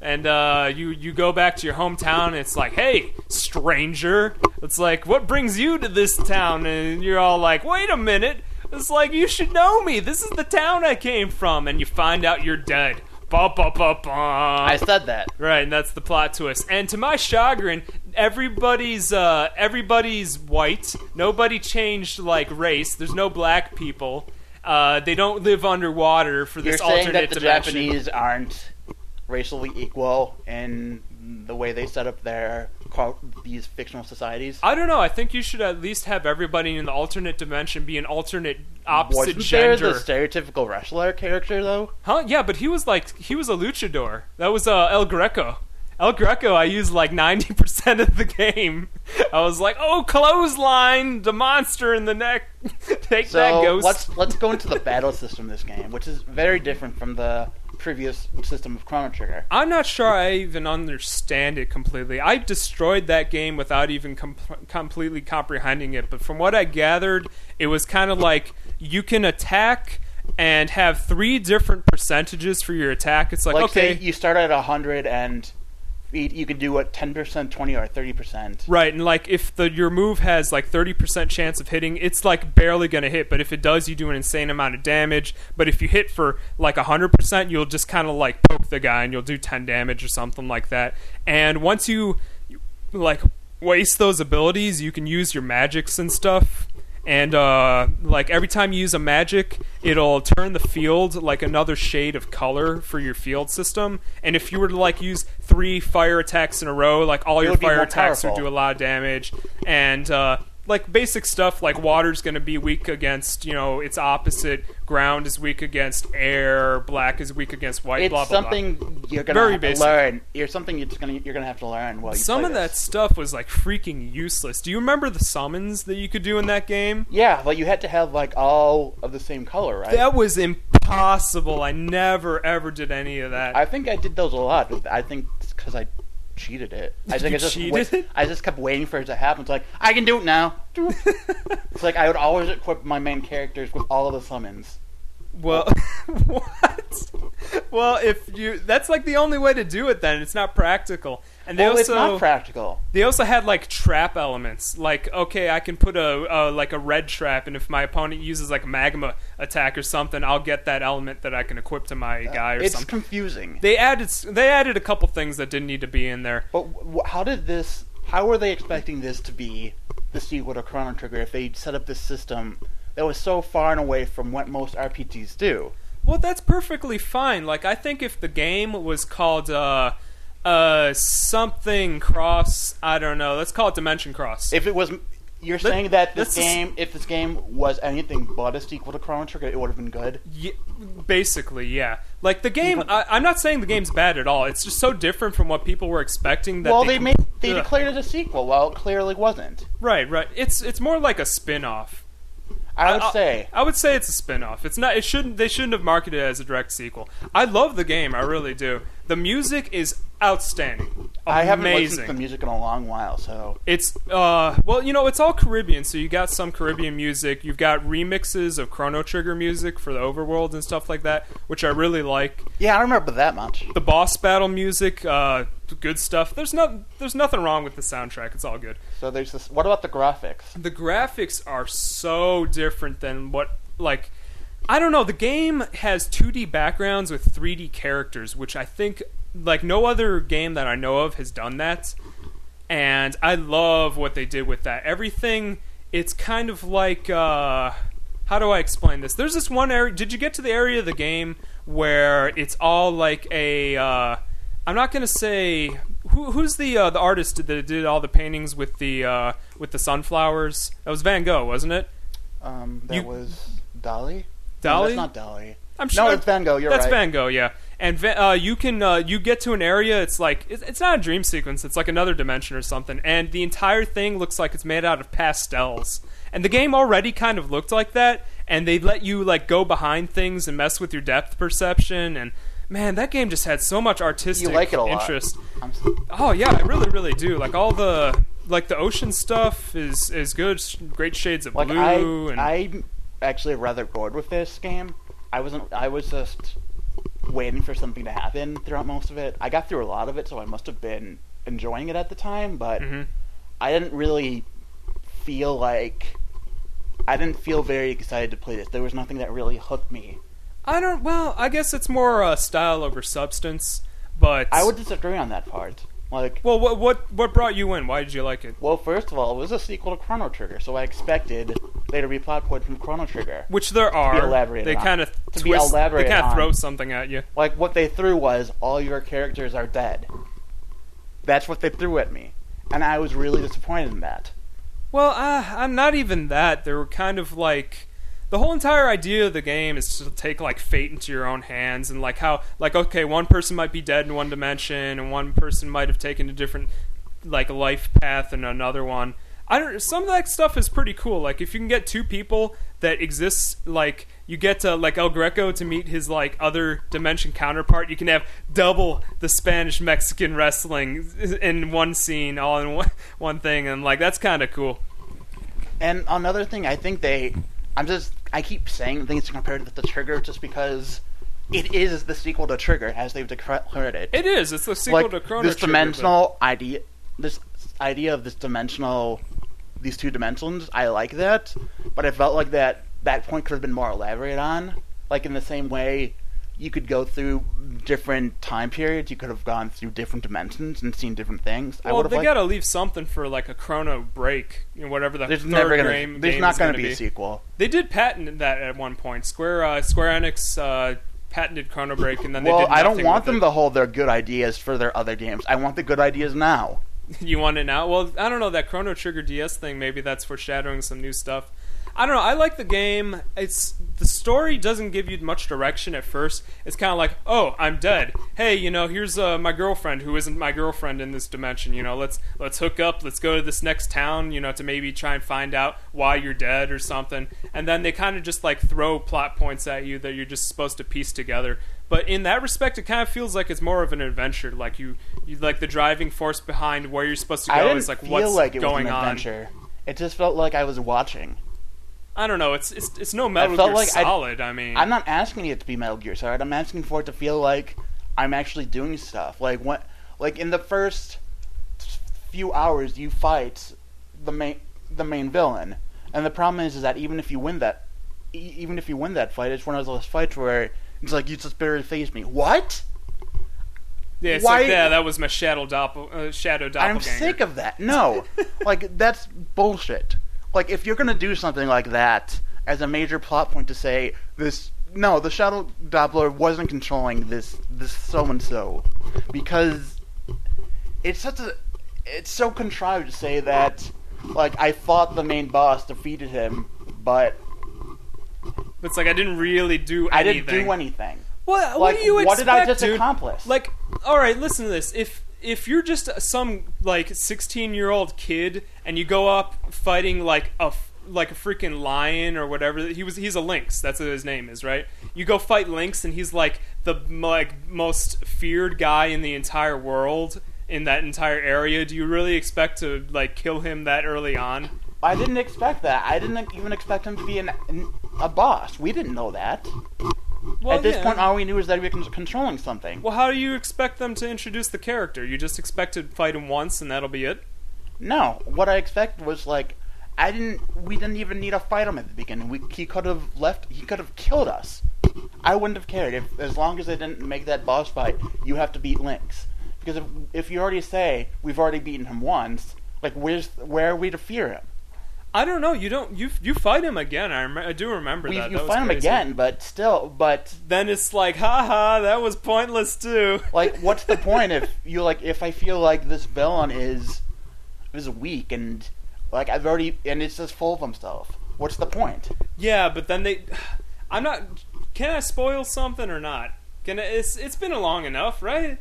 Speaker 1: and uh, you you go back to your hometown. And it's like, hey, stranger. It's like, what brings you to this town? And you're all like, wait a minute. It's like you should know me. This is the town I came from. And you find out you're dead. Ba ba ba ba.
Speaker 2: I said that.
Speaker 1: Right, and that's the plot twist. And to my chagrin, everybody's uh, everybody's white. Nobody changed like race. There's no black people. Uh, they don't live underwater for
Speaker 2: You're
Speaker 1: this
Speaker 2: saying
Speaker 1: alternate
Speaker 2: that the
Speaker 1: dimension.
Speaker 2: Japanese aren't racially equal in the way they set up their quote, these fictional societies.
Speaker 1: I don't know. I think you should at least have everybody in the alternate dimension be an alternate opposite
Speaker 2: Wasn't
Speaker 1: gender.
Speaker 2: there the stereotypical wrestler character though?
Speaker 1: Huh? Yeah, but he was like he was a luchador. That was uh, El Greco. El Greco, I used like ninety percent of the game. I was like, oh, clothesline the monster in the neck. Take that,
Speaker 2: So
Speaker 1: ghost.
Speaker 2: let's let's go into the battle system of this game, which is very different from the previous system of Chrono Trigger.
Speaker 1: I'm not sure I even understand it completely. I destroyed that game without even com- completely comprehending it, but from what I gathered, it was kind of like you can attack and have three different percentages for your attack. It's like,
Speaker 2: Like
Speaker 1: okay,
Speaker 2: say you start at hundred and you, you can do what ten percent, twenty, or thirty percent.
Speaker 1: Right, and like if the your move has like thirty percent chance of hitting, it's like barely gonna hit. But if it does, you do an insane amount of damage. But if you hit for like hundred percent, you'll just kind of like poke the guy, and you'll do ten damage or something like that. And once you you, like waste those abilities, you can use your magics and stuff. And uh, like every time you use a magic, it'll turn the field like another shade of color for your field system. And if you were to like use three fire attacks in a row, like all
Speaker 2: It
Speaker 1: your
Speaker 2: would be
Speaker 1: fire
Speaker 2: more
Speaker 1: attacks would
Speaker 2: powerful.
Speaker 1: do a lot of damage, and uh, like basic stuff like water's going to be weak against you know its opposite, ground is weak against air, black is weak against white.
Speaker 2: It's
Speaker 1: blah, blah, blah.
Speaker 2: something you're gonna
Speaker 1: Very
Speaker 2: have
Speaker 1: basic.
Speaker 2: to learn. You're something you're just gonna you're gonna have to learn. While you
Speaker 1: Some
Speaker 2: play
Speaker 1: of
Speaker 2: this.
Speaker 1: that stuff was like freaking useless. Do you remember the summons that you could do in that game?
Speaker 2: Yeah, but you had to have like all of the same color, right?
Speaker 1: That was impossible. I never ever did any of that.
Speaker 2: I think I did those a lot. But I think it's because I cheated it. I think
Speaker 1: You
Speaker 2: I just
Speaker 1: cheated
Speaker 2: wait-
Speaker 1: it?
Speaker 2: I just kept waiting for it to happen. It's like I can do it now. it's like I would always equip my main characters with all of the summons.
Speaker 1: well, what? Well, if you that's like the only way to do it then. It's not practical. And they
Speaker 2: Well,
Speaker 1: also
Speaker 2: it's not practical.
Speaker 1: They also had like trap elements, like okay, I can put a, a like a red trap, and if my opponent uses like a magma attack or something, I'll get that element that I can equip to my guy or
Speaker 2: Uh, It's
Speaker 1: something.
Speaker 2: confusing.
Speaker 1: They added s- they added a couple things that didn't need to be in there.
Speaker 2: But w- how did this? How were they expecting this to be the sequel to Chrono Trigger if they set up this system that was so far and away from what most RPGs do?
Speaker 1: Well, that's perfectly fine. Like I think if the game was called uh uh something cross, I don't know, let's call it Dimension Cross.
Speaker 2: If it was, you're
Speaker 1: Let-
Speaker 2: saying that
Speaker 1: let's
Speaker 2: this
Speaker 1: just-
Speaker 2: game, if this game was anything but a sequel to Chrono Trigger, it would have been good.
Speaker 1: Yeah, basically, yeah. Like the game, I, I'm not saying the game's bad at all. It's just so different from what people were expecting. That
Speaker 2: well,
Speaker 1: they
Speaker 2: they,
Speaker 1: com-
Speaker 2: made they
Speaker 1: Ugh.
Speaker 2: declared it a sequel, while it clearly wasn't.
Speaker 1: Right, right. It's it's more like a spin-off.
Speaker 2: I would say
Speaker 1: I would say it's a spin-off. It's not it shouldn't they shouldn't have marketed it as a direct sequel. I love the game, I really do. The music is outstanding. Amazing.
Speaker 2: I haven't listened to the music in a long while, so
Speaker 1: It's uh well, you know, it's all Caribbean, so you got some Caribbean music. You've got remixes of Chrono Trigger music for the overworld and stuff like that, which I really like.
Speaker 2: yeah, I don't remember that much.
Speaker 1: The boss battle music, uh good stuff. There's no there's nothing wrong with the soundtrack. It's all good.
Speaker 2: So there's this. What about the graphics?
Speaker 1: the graphics are so different than what like I don't know, the game has 2D backgrounds with 3D characters, which I think like no other game that I know of has done that. And I love what they did with that. Everything it's kind of like uh how do I explain this? There's this one area. Did you get to the area of the game where it's all like a? Uh, I'm not gonna say who, who's the uh, the artist that did all the paintings with the uh, with the sunflowers. That was Van Gogh, wasn't it?
Speaker 2: Um, that
Speaker 1: You-
Speaker 2: was Dolly. No,
Speaker 1: Dolly?
Speaker 2: that's not Dolly.
Speaker 1: I'm
Speaker 2: No, it's Van Gogh. You're
Speaker 1: that's
Speaker 2: right.
Speaker 1: Van Gogh, yeah. And Va- uh, you can uh, you get to an area. It's like it's, it's not a dream sequence. It's like another dimension or something. And the entire thing looks like it's made out of pastels. And the game already kind of looked like that. And they let you like go behind things and mess with your depth perception. And man, that game just had so much artistic
Speaker 2: you like it a lot.
Speaker 1: interest.
Speaker 2: I'm s-
Speaker 1: Oh yeah, I really really do. Like all the like the ocean stuff is is good. Sh- Great shades of
Speaker 2: like I,
Speaker 1: blue. and
Speaker 2: I'm actually rather bored with this game. I wasn't. I was just waiting for something to happen throughout most of it. I got through a lot of it, so I must have been enjoying it at the time. But
Speaker 1: Mhm.
Speaker 2: I didn't really feel like I didn't feel very excited to play this. There was nothing that really hooked me.
Speaker 1: I don't. Well, I guess it's more uh, style over substance. But
Speaker 2: I would disagree on that part. Like,
Speaker 1: Well, what what what brought you in? Why did you like it?
Speaker 2: well, first of all, it was a sequel to Chrono Trigger, so I expected there to be plot points from Chrono Trigger.
Speaker 1: Which there are.
Speaker 2: elaborated
Speaker 1: they
Speaker 2: on.
Speaker 1: kind of
Speaker 2: To be
Speaker 1: twist. They
Speaker 2: elaborated
Speaker 1: kind of
Speaker 2: on.
Speaker 1: throw something at you.
Speaker 2: Like what they threw was all your characters are dead. That's what they threw at me, and I was really disappointed in that.
Speaker 1: Well, uh, I'm not even that. They were kind of like the whole entire idea of the game is to take like fate into your own hands and like how like okay, one person might be dead in one dimension and one person might have taken a different like life path in another one. I don't. Some of that stuff is pretty cool. Like if you can get two people that exist, like you get to like El Greco to meet his like other dimension counterpart. You can have double the Spanish Mexican wrestling in one scene, all in one one thing, and like that's kind of cool.
Speaker 2: And another thing, I think they, I'm just, I keep saying things compared to the Trigger just because it is the sequel to Trigger as they've declared it.
Speaker 1: It is. It's the sequel
Speaker 2: like
Speaker 1: to Chrono
Speaker 2: this
Speaker 1: Trigger,
Speaker 2: dimensional idea, this idea of this dimensional, these two dimensions. I like that, but I felt like that that point could have been more elaborated on. Like in the same way, you could go through different time periods. You could have gone through different dimensions and seen different things.
Speaker 1: but-
Speaker 2: I
Speaker 1: Well,
Speaker 2: would have
Speaker 1: they
Speaker 2: liked-
Speaker 1: gotta leave something for like a Chrono break, you know, whatever the
Speaker 2: There's
Speaker 1: third
Speaker 2: never gonna.
Speaker 1: game.
Speaker 2: there's
Speaker 1: game
Speaker 2: not
Speaker 1: is gonna
Speaker 2: gonna be a sequel.
Speaker 1: They did patent that at one point. Square uh, Square Enix uh, patented Chrono Break, and then they
Speaker 2: Well,
Speaker 1: did
Speaker 2: I don't
Speaker 1: nothing
Speaker 2: want
Speaker 1: with
Speaker 2: them
Speaker 1: it.
Speaker 2: to hold their good ideas for their other games. I want the good ideas now.
Speaker 1: You want it now? Well, I don't know that Chrono Trigger DS thing. Maybe that's foreshadowing some new stuff. I don't know. I like the game. It's the story doesn't give you much direction at first. It's kind of like, oh, I'm dead. Hey, you know, here's uh, my girlfriend who isn't my girlfriend in this dimension. You know, let's let's hook up. Let's go to this next town. You know, to maybe try and find out why you're dead or something. And then they kind of just like throw plot points at you that you're just supposed to piece together. But in that respect, it kind of feels like it's more of an adventure. Like you, you like the driving force behind where you're supposed to go
Speaker 2: I didn't
Speaker 1: is like
Speaker 2: feel
Speaker 1: what's
Speaker 2: like it
Speaker 1: going
Speaker 2: was an
Speaker 1: on.
Speaker 2: adventure. It just felt like I was watching.
Speaker 1: I don't know. It's it's, it's no Metal
Speaker 2: felt
Speaker 1: Gear
Speaker 2: like I-
Speaker 1: Solid. I, mean,
Speaker 2: I'm not asking it to be Metal Gear Solid. I'm asking for it to feel like I'm actually doing stuff. Like what? Like in the first few hours, you fight the main the main villain, and the problem is, is that even if you win that, e- even if you win that fight, it's one of those fights where it's like you just barely phased me. What?
Speaker 1: yeah, it's
Speaker 2: why-
Speaker 1: like yeah, that was my shadow doppel, uh, shadow doppelganger.
Speaker 2: I'm sick of that. No, like that's bullshit. Like if you're gonna do something like that as a major plot point to say this, no, the Shadow Doppler wasn't controlling this this so and so because it's such a it's so contrived to say that like I fought the main boss, defeated him, but
Speaker 1: It's like I didn't really do.
Speaker 2: I
Speaker 1: anything.
Speaker 2: didn't do anything.
Speaker 1: What, what
Speaker 2: Like,
Speaker 1: do you
Speaker 2: what
Speaker 1: expect,
Speaker 2: did I just
Speaker 1: dude?
Speaker 2: accomplish?
Speaker 1: Like, all right, listen to this. If if you're just some like 16 year old kid and you go up fighting like a f- like a freaking lion or whatever. He was he's a lynx. That's what his name is, right? You go fight lynx, and he's like the m- like most feared guy in the entire world in that entire area. Do you really expect to like kill him that early on?
Speaker 2: I didn't expect that. I didn't even expect him to be an, an a boss. We didn't know that.
Speaker 1: Well,
Speaker 2: At this
Speaker 1: yeah.
Speaker 2: point, all we knew is that we were con- controlling something.
Speaker 1: well, how do you expect them to introduce the character? You just expect to fight him once, and that'll be it.
Speaker 2: No, what I expected was like, I didn't. We didn't even need to fight him at the beginning. We, he could have left. He could have killed us. I wouldn't have cared if, as long as they didn't make that boss fight. You have to beat Lynx because if if you already say we've already beaten him once, like where's where are we to fear him?
Speaker 1: I don't know. You don't. You you fight him again. I, rem- I do remember
Speaker 2: We,
Speaker 1: that.
Speaker 2: you
Speaker 1: That was
Speaker 2: fight him
Speaker 1: crazy.
Speaker 2: again, but still, but
Speaker 1: Then it's like, haha, that was pointless too.
Speaker 2: like what's the point if you like if i feel like this villain is is weak and like i've already and it's just full of himself what's the point
Speaker 1: Yeah, but then they. I'm not. Can I spoil something or not? Can I, it's it's been long enough, right?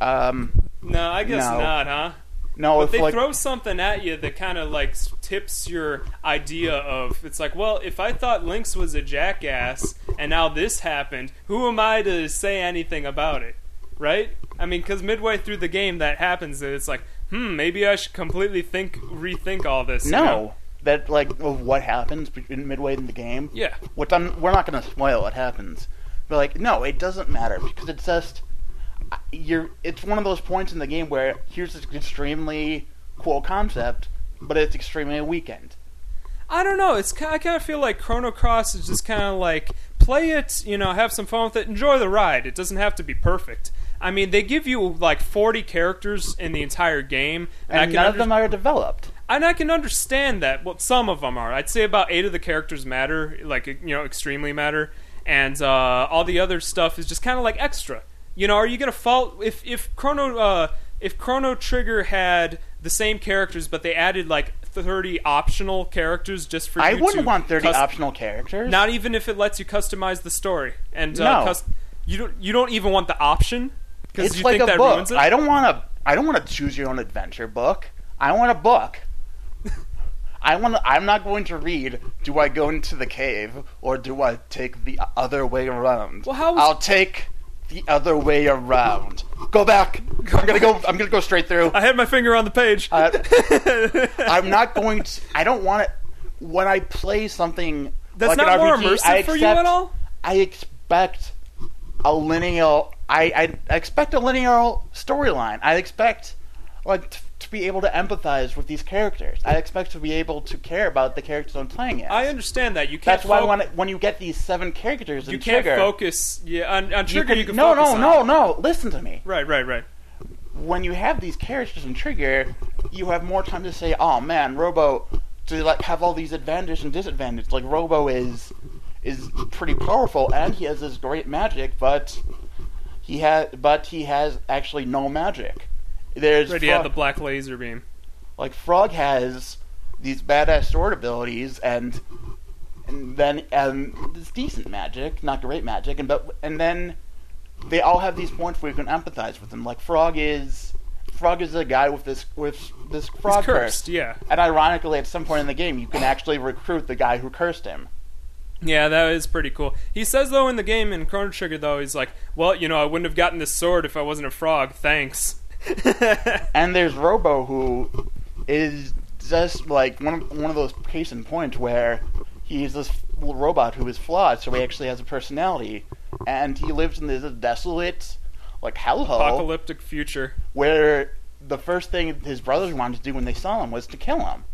Speaker 2: um
Speaker 1: No, I guess
Speaker 2: No.
Speaker 1: not, huh?
Speaker 2: no
Speaker 1: But
Speaker 2: if
Speaker 1: they
Speaker 2: like
Speaker 1: throw something at you that kind of like s- tips your idea of it's like, well, if I thought Lynx was a jackass and now this happened, who am I to say anything about it, right? I mean, because midway through the game that happens, and it's like, hmm, maybe I should completely think, rethink all this. you know?
Speaker 2: no that like of what happens between midway in the game
Speaker 1: Yeah.
Speaker 2: which I'm, we're not going to spoil what happens. But like, no, it doesn't matter because it's just I- you're. It's one of those points in the game where here's this extremely cool concept, but it's extremely weakened.
Speaker 1: I don't know. It's ki- I kind of feel like Chrono Cross is just kind of like play it, you know, have some fun with it, enjoy the ride. It doesn't have to be perfect. I mean, they give you like 40 characters in the entire game, and,
Speaker 2: And,
Speaker 1: I can
Speaker 2: none
Speaker 1: under-
Speaker 2: of them are developed.
Speaker 1: and I can understand that. Well, some of them are. I'd say about eight of the characters matter, like you know, extremely matter, and uh, all the other stuff is just kind of like extra. You know, are you gonna fault if if Chrono uh, if Chrono Trigger had the same characters, but they added like thirty optional characters just for
Speaker 2: I
Speaker 1: you
Speaker 2: wouldn't
Speaker 1: to
Speaker 2: want 30
Speaker 1: cus-
Speaker 2: optional characters.
Speaker 1: Not even if it lets you customize the story and uh,
Speaker 2: No.
Speaker 1: cus- you don't you don't even want the option because
Speaker 2: it's
Speaker 1: you
Speaker 2: like
Speaker 1: think
Speaker 2: a
Speaker 1: that
Speaker 2: book.
Speaker 1: ruins it.
Speaker 2: I don't want to. I don't want to choose your own adventure book. I want a book. I want. to I'm not going to read. Do I go into the cave or do I take the other way around?
Speaker 1: Well, how was-
Speaker 2: I'll take the other way around. Go back. I'm gonna go. I'm gonna go straight through.
Speaker 1: I had my finger on the page.
Speaker 2: Uh, I'm not going to. I don't want it. When I play something
Speaker 1: That's
Speaker 2: like
Speaker 1: not
Speaker 2: an
Speaker 1: more
Speaker 2: RPG, I
Speaker 1: immersive for you
Speaker 2: accept-
Speaker 1: at all?
Speaker 2: I expect a linear. I, I expect a linear storyline. I expect like t- to be able to empathize with these characters. I expect to be able to care about the characters I'm playing as.
Speaker 1: I understand that you can't.
Speaker 2: That's why
Speaker 1: foc-
Speaker 2: when it- when you get these seven characters in
Speaker 1: you can't
Speaker 2: Trigger,
Speaker 1: focus. Yeah, on, on trigger you can,
Speaker 2: no
Speaker 1: focus
Speaker 2: no
Speaker 1: on.
Speaker 2: no no. Listen to me.
Speaker 1: Right, right, right.
Speaker 2: When you have these characters in Trigger, you have more time to say, "Oh man, Robo," to like have all these advantages and disadvantages. Like Robo is is pretty powerful and he has this great magic, but he has but he has actually no magic. There's
Speaker 1: Right, yeah,
Speaker 2: Frog-
Speaker 1: the black laser beam.
Speaker 2: like Frog has these badass sword abilities and and then and it's decent magic, not great magic, and but and then they all have these points where you can empathize with them. Like Frog is Frog is a guy with this with this frog
Speaker 1: It's
Speaker 2: curse.
Speaker 1: cursed. Yeah,
Speaker 2: And ironically, at some point in the game, you can actually recruit the guy who cursed him.
Speaker 1: yeah, that is pretty cool. He says though in the game in Chrono Trigger though he's like, well, you know, I wouldn't have gotten this sword if I wasn't a frog. Thanks.
Speaker 2: And there's Robo who is just like one of, one of those case in point where he's this little robot who is flawed, so he actually has a personality, and he lives in this desolate like hellhole
Speaker 1: Apocalyptic future.
Speaker 2: where the first thing his brothers wanted to do when they saw him was to kill him.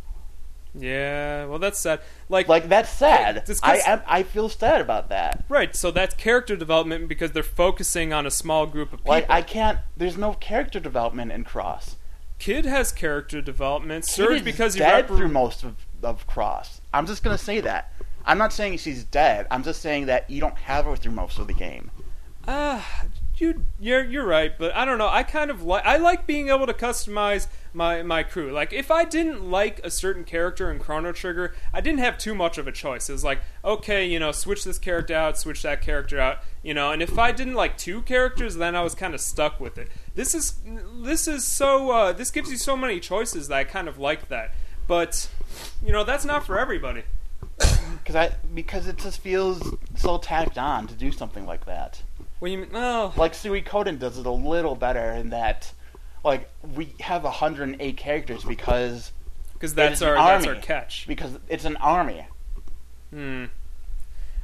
Speaker 1: Yeah, well, that's sad. Like,
Speaker 2: Like that's sad.
Speaker 1: It's 'cause-
Speaker 2: I am, I feel sad about that.
Speaker 1: right. So that's character development because they're focusing on a small group of people.
Speaker 2: Like I can't. There's no character development in Cross.
Speaker 1: Kid has character development.
Speaker 2: Kid
Speaker 1: Surge
Speaker 2: is
Speaker 1: because he
Speaker 2: dead
Speaker 1: repre-
Speaker 2: through most of, of Cross. I'm just gonna say that. I'm not saying she's dead. I'm just saying that you don't have her through most of the game.
Speaker 1: Uh, you you're you're right, but I don't know. I kind of like I like being able to customize my my crew. Like if I didn't like a certain character in Chrono Trigger, I didn't have too much of a choice. It was like, okay, you know, switch this character out, switch that character out, you know. And if I didn't like two characters, then I was kind of stuck with it. This is this is so uh, this gives you so many choices that I kind of like that. But you know, that's not for everybody.
Speaker 2: Because I because it just feels so tacked on to do something like that.
Speaker 1: What do you mean? Well,
Speaker 2: Like Sui Koden does it a little better in that, like we have 108 characters because
Speaker 1: because that's
Speaker 2: is an
Speaker 1: our that's our
Speaker 2: army.
Speaker 1: catch.
Speaker 2: because it's an army.
Speaker 1: Hmm.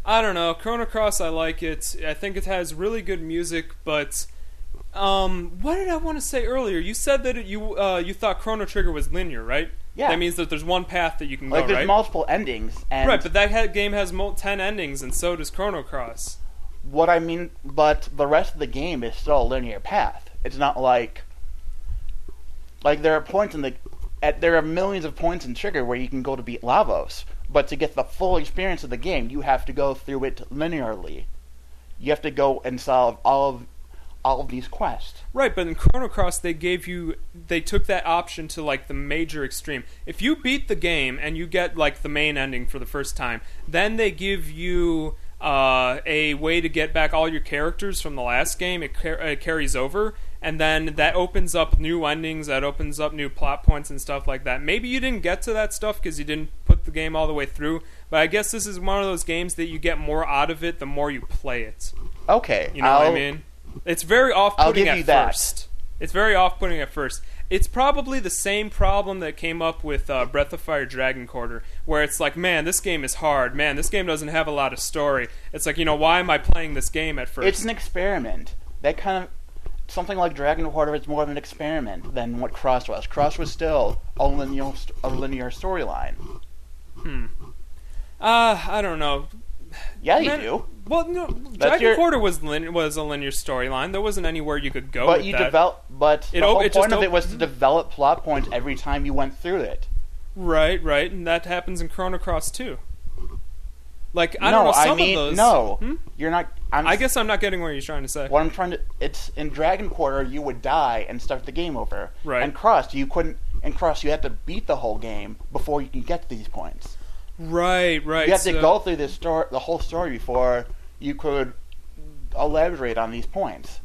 Speaker 1: I don't know. Chrono Cross, I like it. I think it has really good music, but um, what did I want to say earlier? You said that it, you uh, you thought Chrono Trigger was linear, right?
Speaker 2: Yeah.
Speaker 1: That means that there's one path that you can
Speaker 2: Like
Speaker 1: go,
Speaker 2: there's
Speaker 1: Oh, right?
Speaker 2: multiple endings and
Speaker 1: right, but that ha- game has mul- ten endings, and so does Chrono Cross.
Speaker 2: what I mean, but the rest of the game is still a linear path. It's not like like there are points in the at, there are millions of points in Trigger where you can go to beat Lavos, but to get the full experience of the game, you have to go through it linearly. You have to go and solve all of all of these quests.
Speaker 1: Right, but in Chrono Cross, they gave you they took that option to like the major extreme. If you beat the game and you get like the main ending for the first time, then they give you uh, a way to get back all your characters from the last game. It, car- it carries over, and then that opens up new endings. That opens up new plot points and stuff like that. Maybe you didn't get to that stuff because you didn't put the game all the way through. But I guess this is one of those games that you get more out of it the more you play it.
Speaker 2: Okay,
Speaker 1: You know what I
Speaker 2: I'll-
Speaker 1: mean? It's very off
Speaker 2: I'll
Speaker 1: putting
Speaker 2: give
Speaker 1: at
Speaker 2: you that.
Speaker 1: first. It's very off putting at first. It's probably the same problem that came up with uh, Breath of Fire Dragon Quarter, where it's like, man, this game is hard. Man, this game doesn't have a lot of story. It's like, you know, why am I playing this game at first?
Speaker 2: It's an experiment. That kind of something like Dragon Warrior is more of an experiment than what Cross was. Cross was still a linear st- a linear storyline.
Speaker 1: uh, I don't know.
Speaker 2: Yeah, you
Speaker 1: Man-
Speaker 2: do.
Speaker 1: Well, no, Dragon
Speaker 2: your-
Speaker 1: Quarter was lin- was a linear storyline. There wasn't anywhere you could go.
Speaker 2: But
Speaker 1: with
Speaker 2: you
Speaker 1: that.
Speaker 2: develop. But
Speaker 1: It
Speaker 2: the
Speaker 1: o-
Speaker 2: whole
Speaker 1: it just
Speaker 2: point of
Speaker 1: o-
Speaker 2: it was to develop plot points every time you went through it.
Speaker 1: right, right, and that happens in Chrono Cross too. Like I
Speaker 2: no,
Speaker 1: don't know some
Speaker 2: I mean
Speaker 1: of those.
Speaker 2: no.
Speaker 1: Hmm?
Speaker 2: You're not. I'm,
Speaker 1: I guess I'm not getting what you're trying to say.
Speaker 2: what I'm trying to. It's in Dragon Quarter you would die and start the game over.
Speaker 1: Right.
Speaker 2: And Cross you couldn't. And Cross you had to beat the whole game before you can get to these points.
Speaker 1: Right, right.
Speaker 2: You had to
Speaker 1: so-
Speaker 2: go through this story, the whole story before you could elaborate on these points.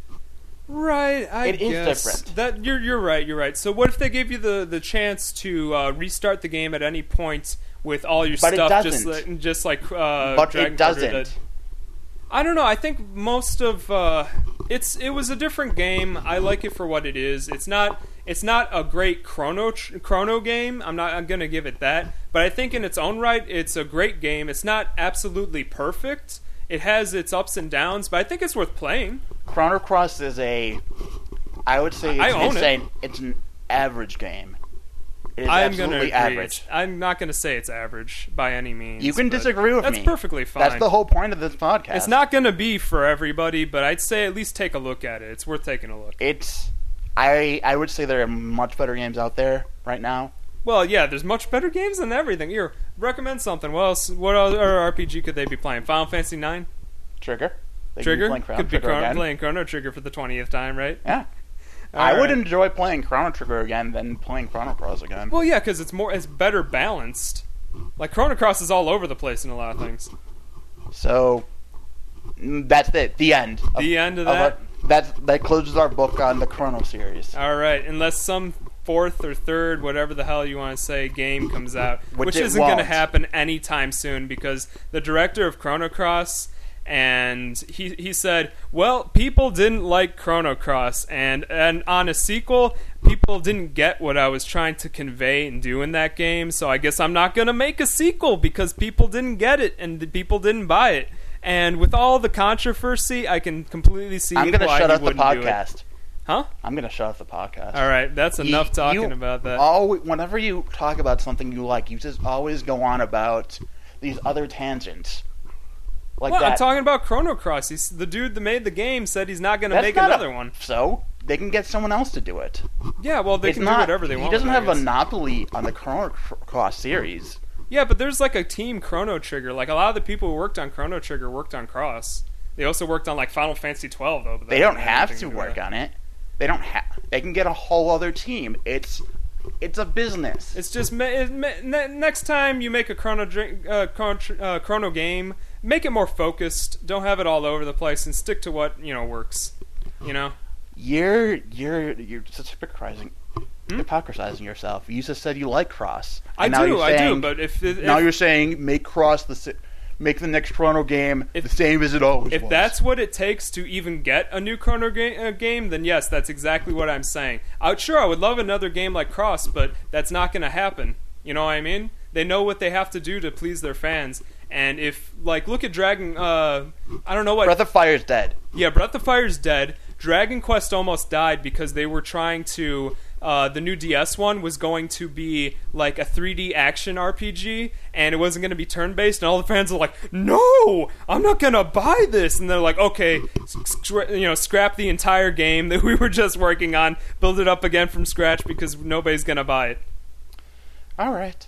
Speaker 1: Right, I
Speaker 2: It is
Speaker 1: guess.
Speaker 2: different.
Speaker 1: That you're you're right, you're right. So what if they gave you the the chance to uh, restart the game at any point with all your
Speaker 2: But it
Speaker 1: stuff, just
Speaker 2: doesn't.
Speaker 1: like, just like uh,
Speaker 2: but
Speaker 1: Dragon Quarter
Speaker 2: it doesn't.
Speaker 1: did? I don't know. I think most of uh, it's it was a different game. I like it for what it is. It's not it's not a great chrono tr- chrono game. I'm not I'm gonna give it that. But I think in its own right, it's a great game. It's not absolutely perfect. It has its ups and downs, but I think it's worth playing.
Speaker 2: Chrono Cross is a, I would say, it's,
Speaker 1: I own
Speaker 2: it's,
Speaker 1: it.
Speaker 2: an, it's an average game. It
Speaker 1: I'm
Speaker 2: is
Speaker 1: gonna
Speaker 2: absolutely
Speaker 1: agree.
Speaker 2: average.
Speaker 1: I'm not gonna say it's average by any means.
Speaker 2: You can
Speaker 1: but
Speaker 2: disagree with
Speaker 1: that's
Speaker 2: me.
Speaker 1: perfectly fine.
Speaker 2: That's the whole point of this podcast.
Speaker 1: It's not gonna be for everybody, but I'd say at least take a look at it. It's worth taking a look.
Speaker 2: It's. I I would say there are much better games out there right now.
Speaker 1: Well, yeah, there's much better games than everything. Here, recommend something. What else? What other RPG could they be playing? Final Fantasy Nine,
Speaker 2: Trigger. They could be
Speaker 1: Trigger
Speaker 2: playing Chrono
Speaker 1: could be
Speaker 2: Trigger
Speaker 1: Chron-
Speaker 2: again.
Speaker 1: playing Chrono Trigger for the twentieth time, right?
Speaker 2: Yeah.
Speaker 1: All
Speaker 2: I would
Speaker 1: right.
Speaker 2: enjoy playing Chrono Trigger again than playing Chrono Cross again.
Speaker 1: Well, yeah, because it's more, it's better balanced. Like Chrono Cross is all over the place in a lot of things.
Speaker 2: So mm, that's it. The end. of-
Speaker 1: The end of
Speaker 2: our-
Speaker 1: that?
Speaker 2: that's that closes our book on the Chrono series,
Speaker 1: All right, unless some fourth or third, whatever the hell you want to say, game comes out,
Speaker 2: Which
Speaker 1: which,
Speaker 2: it
Speaker 1: isn't going to
Speaker 2: won't.
Speaker 1: happen anytime soon because the director of Chrono Cross and he he said, "Well, people didn't like Chrono Cross and and on a sequel, people didn't get what I was trying to convey and do in that game, so I guess I'm not going to make a sequel because people didn't get it and the people didn't buy it." And with all the controversy, I can completely see
Speaker 2: I'm gonna
Speaker 1: why
Speaker 2: shut
Speaker 1: he
Speaker 2: off the
Speaker 1: wouldn't do it.
Speaker 2: podcast.
Speaker 1: Huh?
Speaker 2: I'm gonna shut off the podcast.
Speaker 1: All right, that's
Speaker 2: You-
Speaker 1: enough talking
Speaker 2: you
Speaker 1: about that.
Speaker 2: alwa- whenever you talk about something you like, you just always go on about these other tangents. Like
Speaker 1: well,
Speaker 2: that.
Speaker 1: I'm talking about Chrono Cross. He's, the dude that made the game said he's not going to
Speaker 2: That's
Speaker 1: make
Speaker 2: not a-
Speaker 1: another one.
Speaker 2: So they can get someone else to do it.
Speaker 1: Yeah, well, they
Speaker 2: it's
Speaker 1: can
Speaker 2: not
Speaker 1: do whatever they want.
Speaker 2: He doesn't
Speaker 1: with it,
Speaker 2: have
Speaker 1: I
Speaker 2: a
Speaker 1: guess.
Speaker 2: monopoly on the Chrono Cr- Cross series.
Speaker 1: Yeah, but there's like a team Chrono Trigger. Like a lot of the people who worked on Chrono Trigger worked on Cross. They also worked on like Final Fantasy 12 though. But
Speaker 2: They don't have to work on it. They don't have. They can get a whole other team. It's it's a business.
Speaker 1: It's just ma- it, ma- ne- next time you make a Chrono drink, uh, Chrono, Tr- uh, Chrono game, make it more focused. Don't have it all over the place and stick to what you know works. You know.
Speaker 2: You're you're you're just hypocrising, hypocritizing yourself. You just said you like Cross.
Speaker 1: Hmm? I
Speaker 2: And now
Speaker 1: do,
Speaker 2: you're
Speaker 1: I do,
Speaker 2: saying-
Speaker 1: but if, if
Speaker 2: now you're saying make Cross the si- make the next Toronto game
Speaker 1: If-
Speaker 2: the same as it always
Speaker 1: if
Speaker 2: was.
Speaker 1: that's what it takes to even get a new Chrono ga- uh, game, then yes, that's exactly what I'm saying. I, sure, I would love another game like Cross, but that's not going to happen. You know what I mean? They know what they have to do to please their fans. And if, like, look at Dragon, uh, I don't know what
Speaker 2: Breath of Fire's dead.
Speaker 1: yeah, Breath of Fire's dead. Dragon Quest almost died because they were trying to. Uh, the new DS one was going to be like a 3D action RPG, and it wasn't going to be turn based. And all the fans are like, "No, I'm not going to buy this." And they're like, "Okay, scra- you know, scrap the entire game that we were just working on, build it up again from scratch because nobody's going to buy it."
Speaker 2: All right.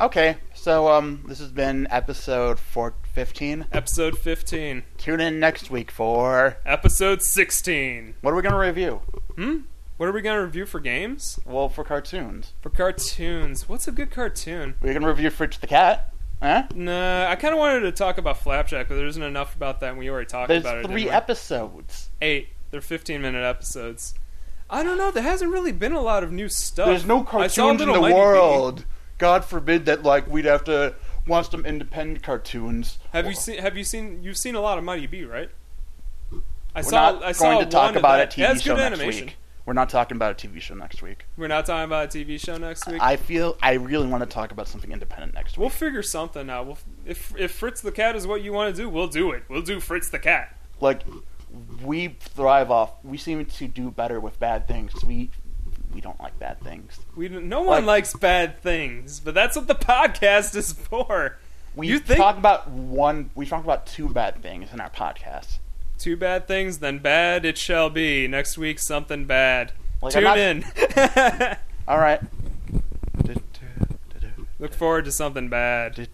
Speaker 2: Okay, so um, this has been episode four fifteen.
Speaker 1: Episode 15,
Speaker 2: Tune in next week for
Speaker 1: episode 16.
Speaker 2: what are we gonna review?
Speaker 1: Hmm. What are we going to review for games?
Speaker 2: Well, for cartoons,
Speaker 1: For cartoons, what's a good cartoon?
Speaker 2: we're gonna review Fridge the Cat. Huh?
Speaker 1: Nah, I kind of wanted to talk about Flapjack, but there isn't enough about that, and we already talked
Speaker 2: There's
Speaker 1: about it. didn't
Speaker 2: three
Speaker 1: we?
Speaker 2: episodes.
Speaker 1: Eight. They're 15 minute episodes. I don't know. There hasn't really been a lot of new stuff.
Speaker 2: There's no
Speaker 1: I saw
Speaker 2: cartoons in
Speaker 1: Little
Speaker 2: the
Speaker 1: Mighty Bee.
Speaker 2: world. God forbid that like we'd have to watch some independent cartoons.
Speaker 1: Have you
Speaker 2: Well,
Speaker 1: seen? Have you seen? You've seen a lot of Mighty Bee, right? I
Speaker 2: We're
Speaker 1: saw.
Speaker 2: not
Speaker 1: I saw
Speaker 2: going to talk
Speaker 1: one of
Speaker 2: about
Speaker 1: that.
Speaker 2: a TV
Speaker 1: That's
Speaker 2: show
Speaker 1: good
Speaker 2: next
Speaker 1: animation.
Speaker 2: week. We're not talking about a TV show next week.
Speaker 1: We're not talking about a TV show next week.
Speaker 2: I feel I really want to talk about something independent next week.
Speaker 1: we'll figure something out. We'll, if if Fritz the Cat is what you want to do, we'll do it. We'll do Fritz the Cat.
Speaker 2: Like we thrive off. We seem to do better with bad things. We we don't like bad things.
Speaker 1: We don't- no one
Speaker 2: Like-
Speaker 1: likes bad things, but that's what the podcast is for.
Speaker 2: We
Speaker 1: You think-
Speaker 2: talk about one. We talk about two bad things in our podcast.
Speaker 1: Two bad things, then bad it shall be. Next week, something bad.
Speaker 2: Like,
Speaker 1: Tune
Speaker 2: I'm not-
Speaker 1: in.
Speaker 2: All right.
Speaker 1: Look forward to something bad.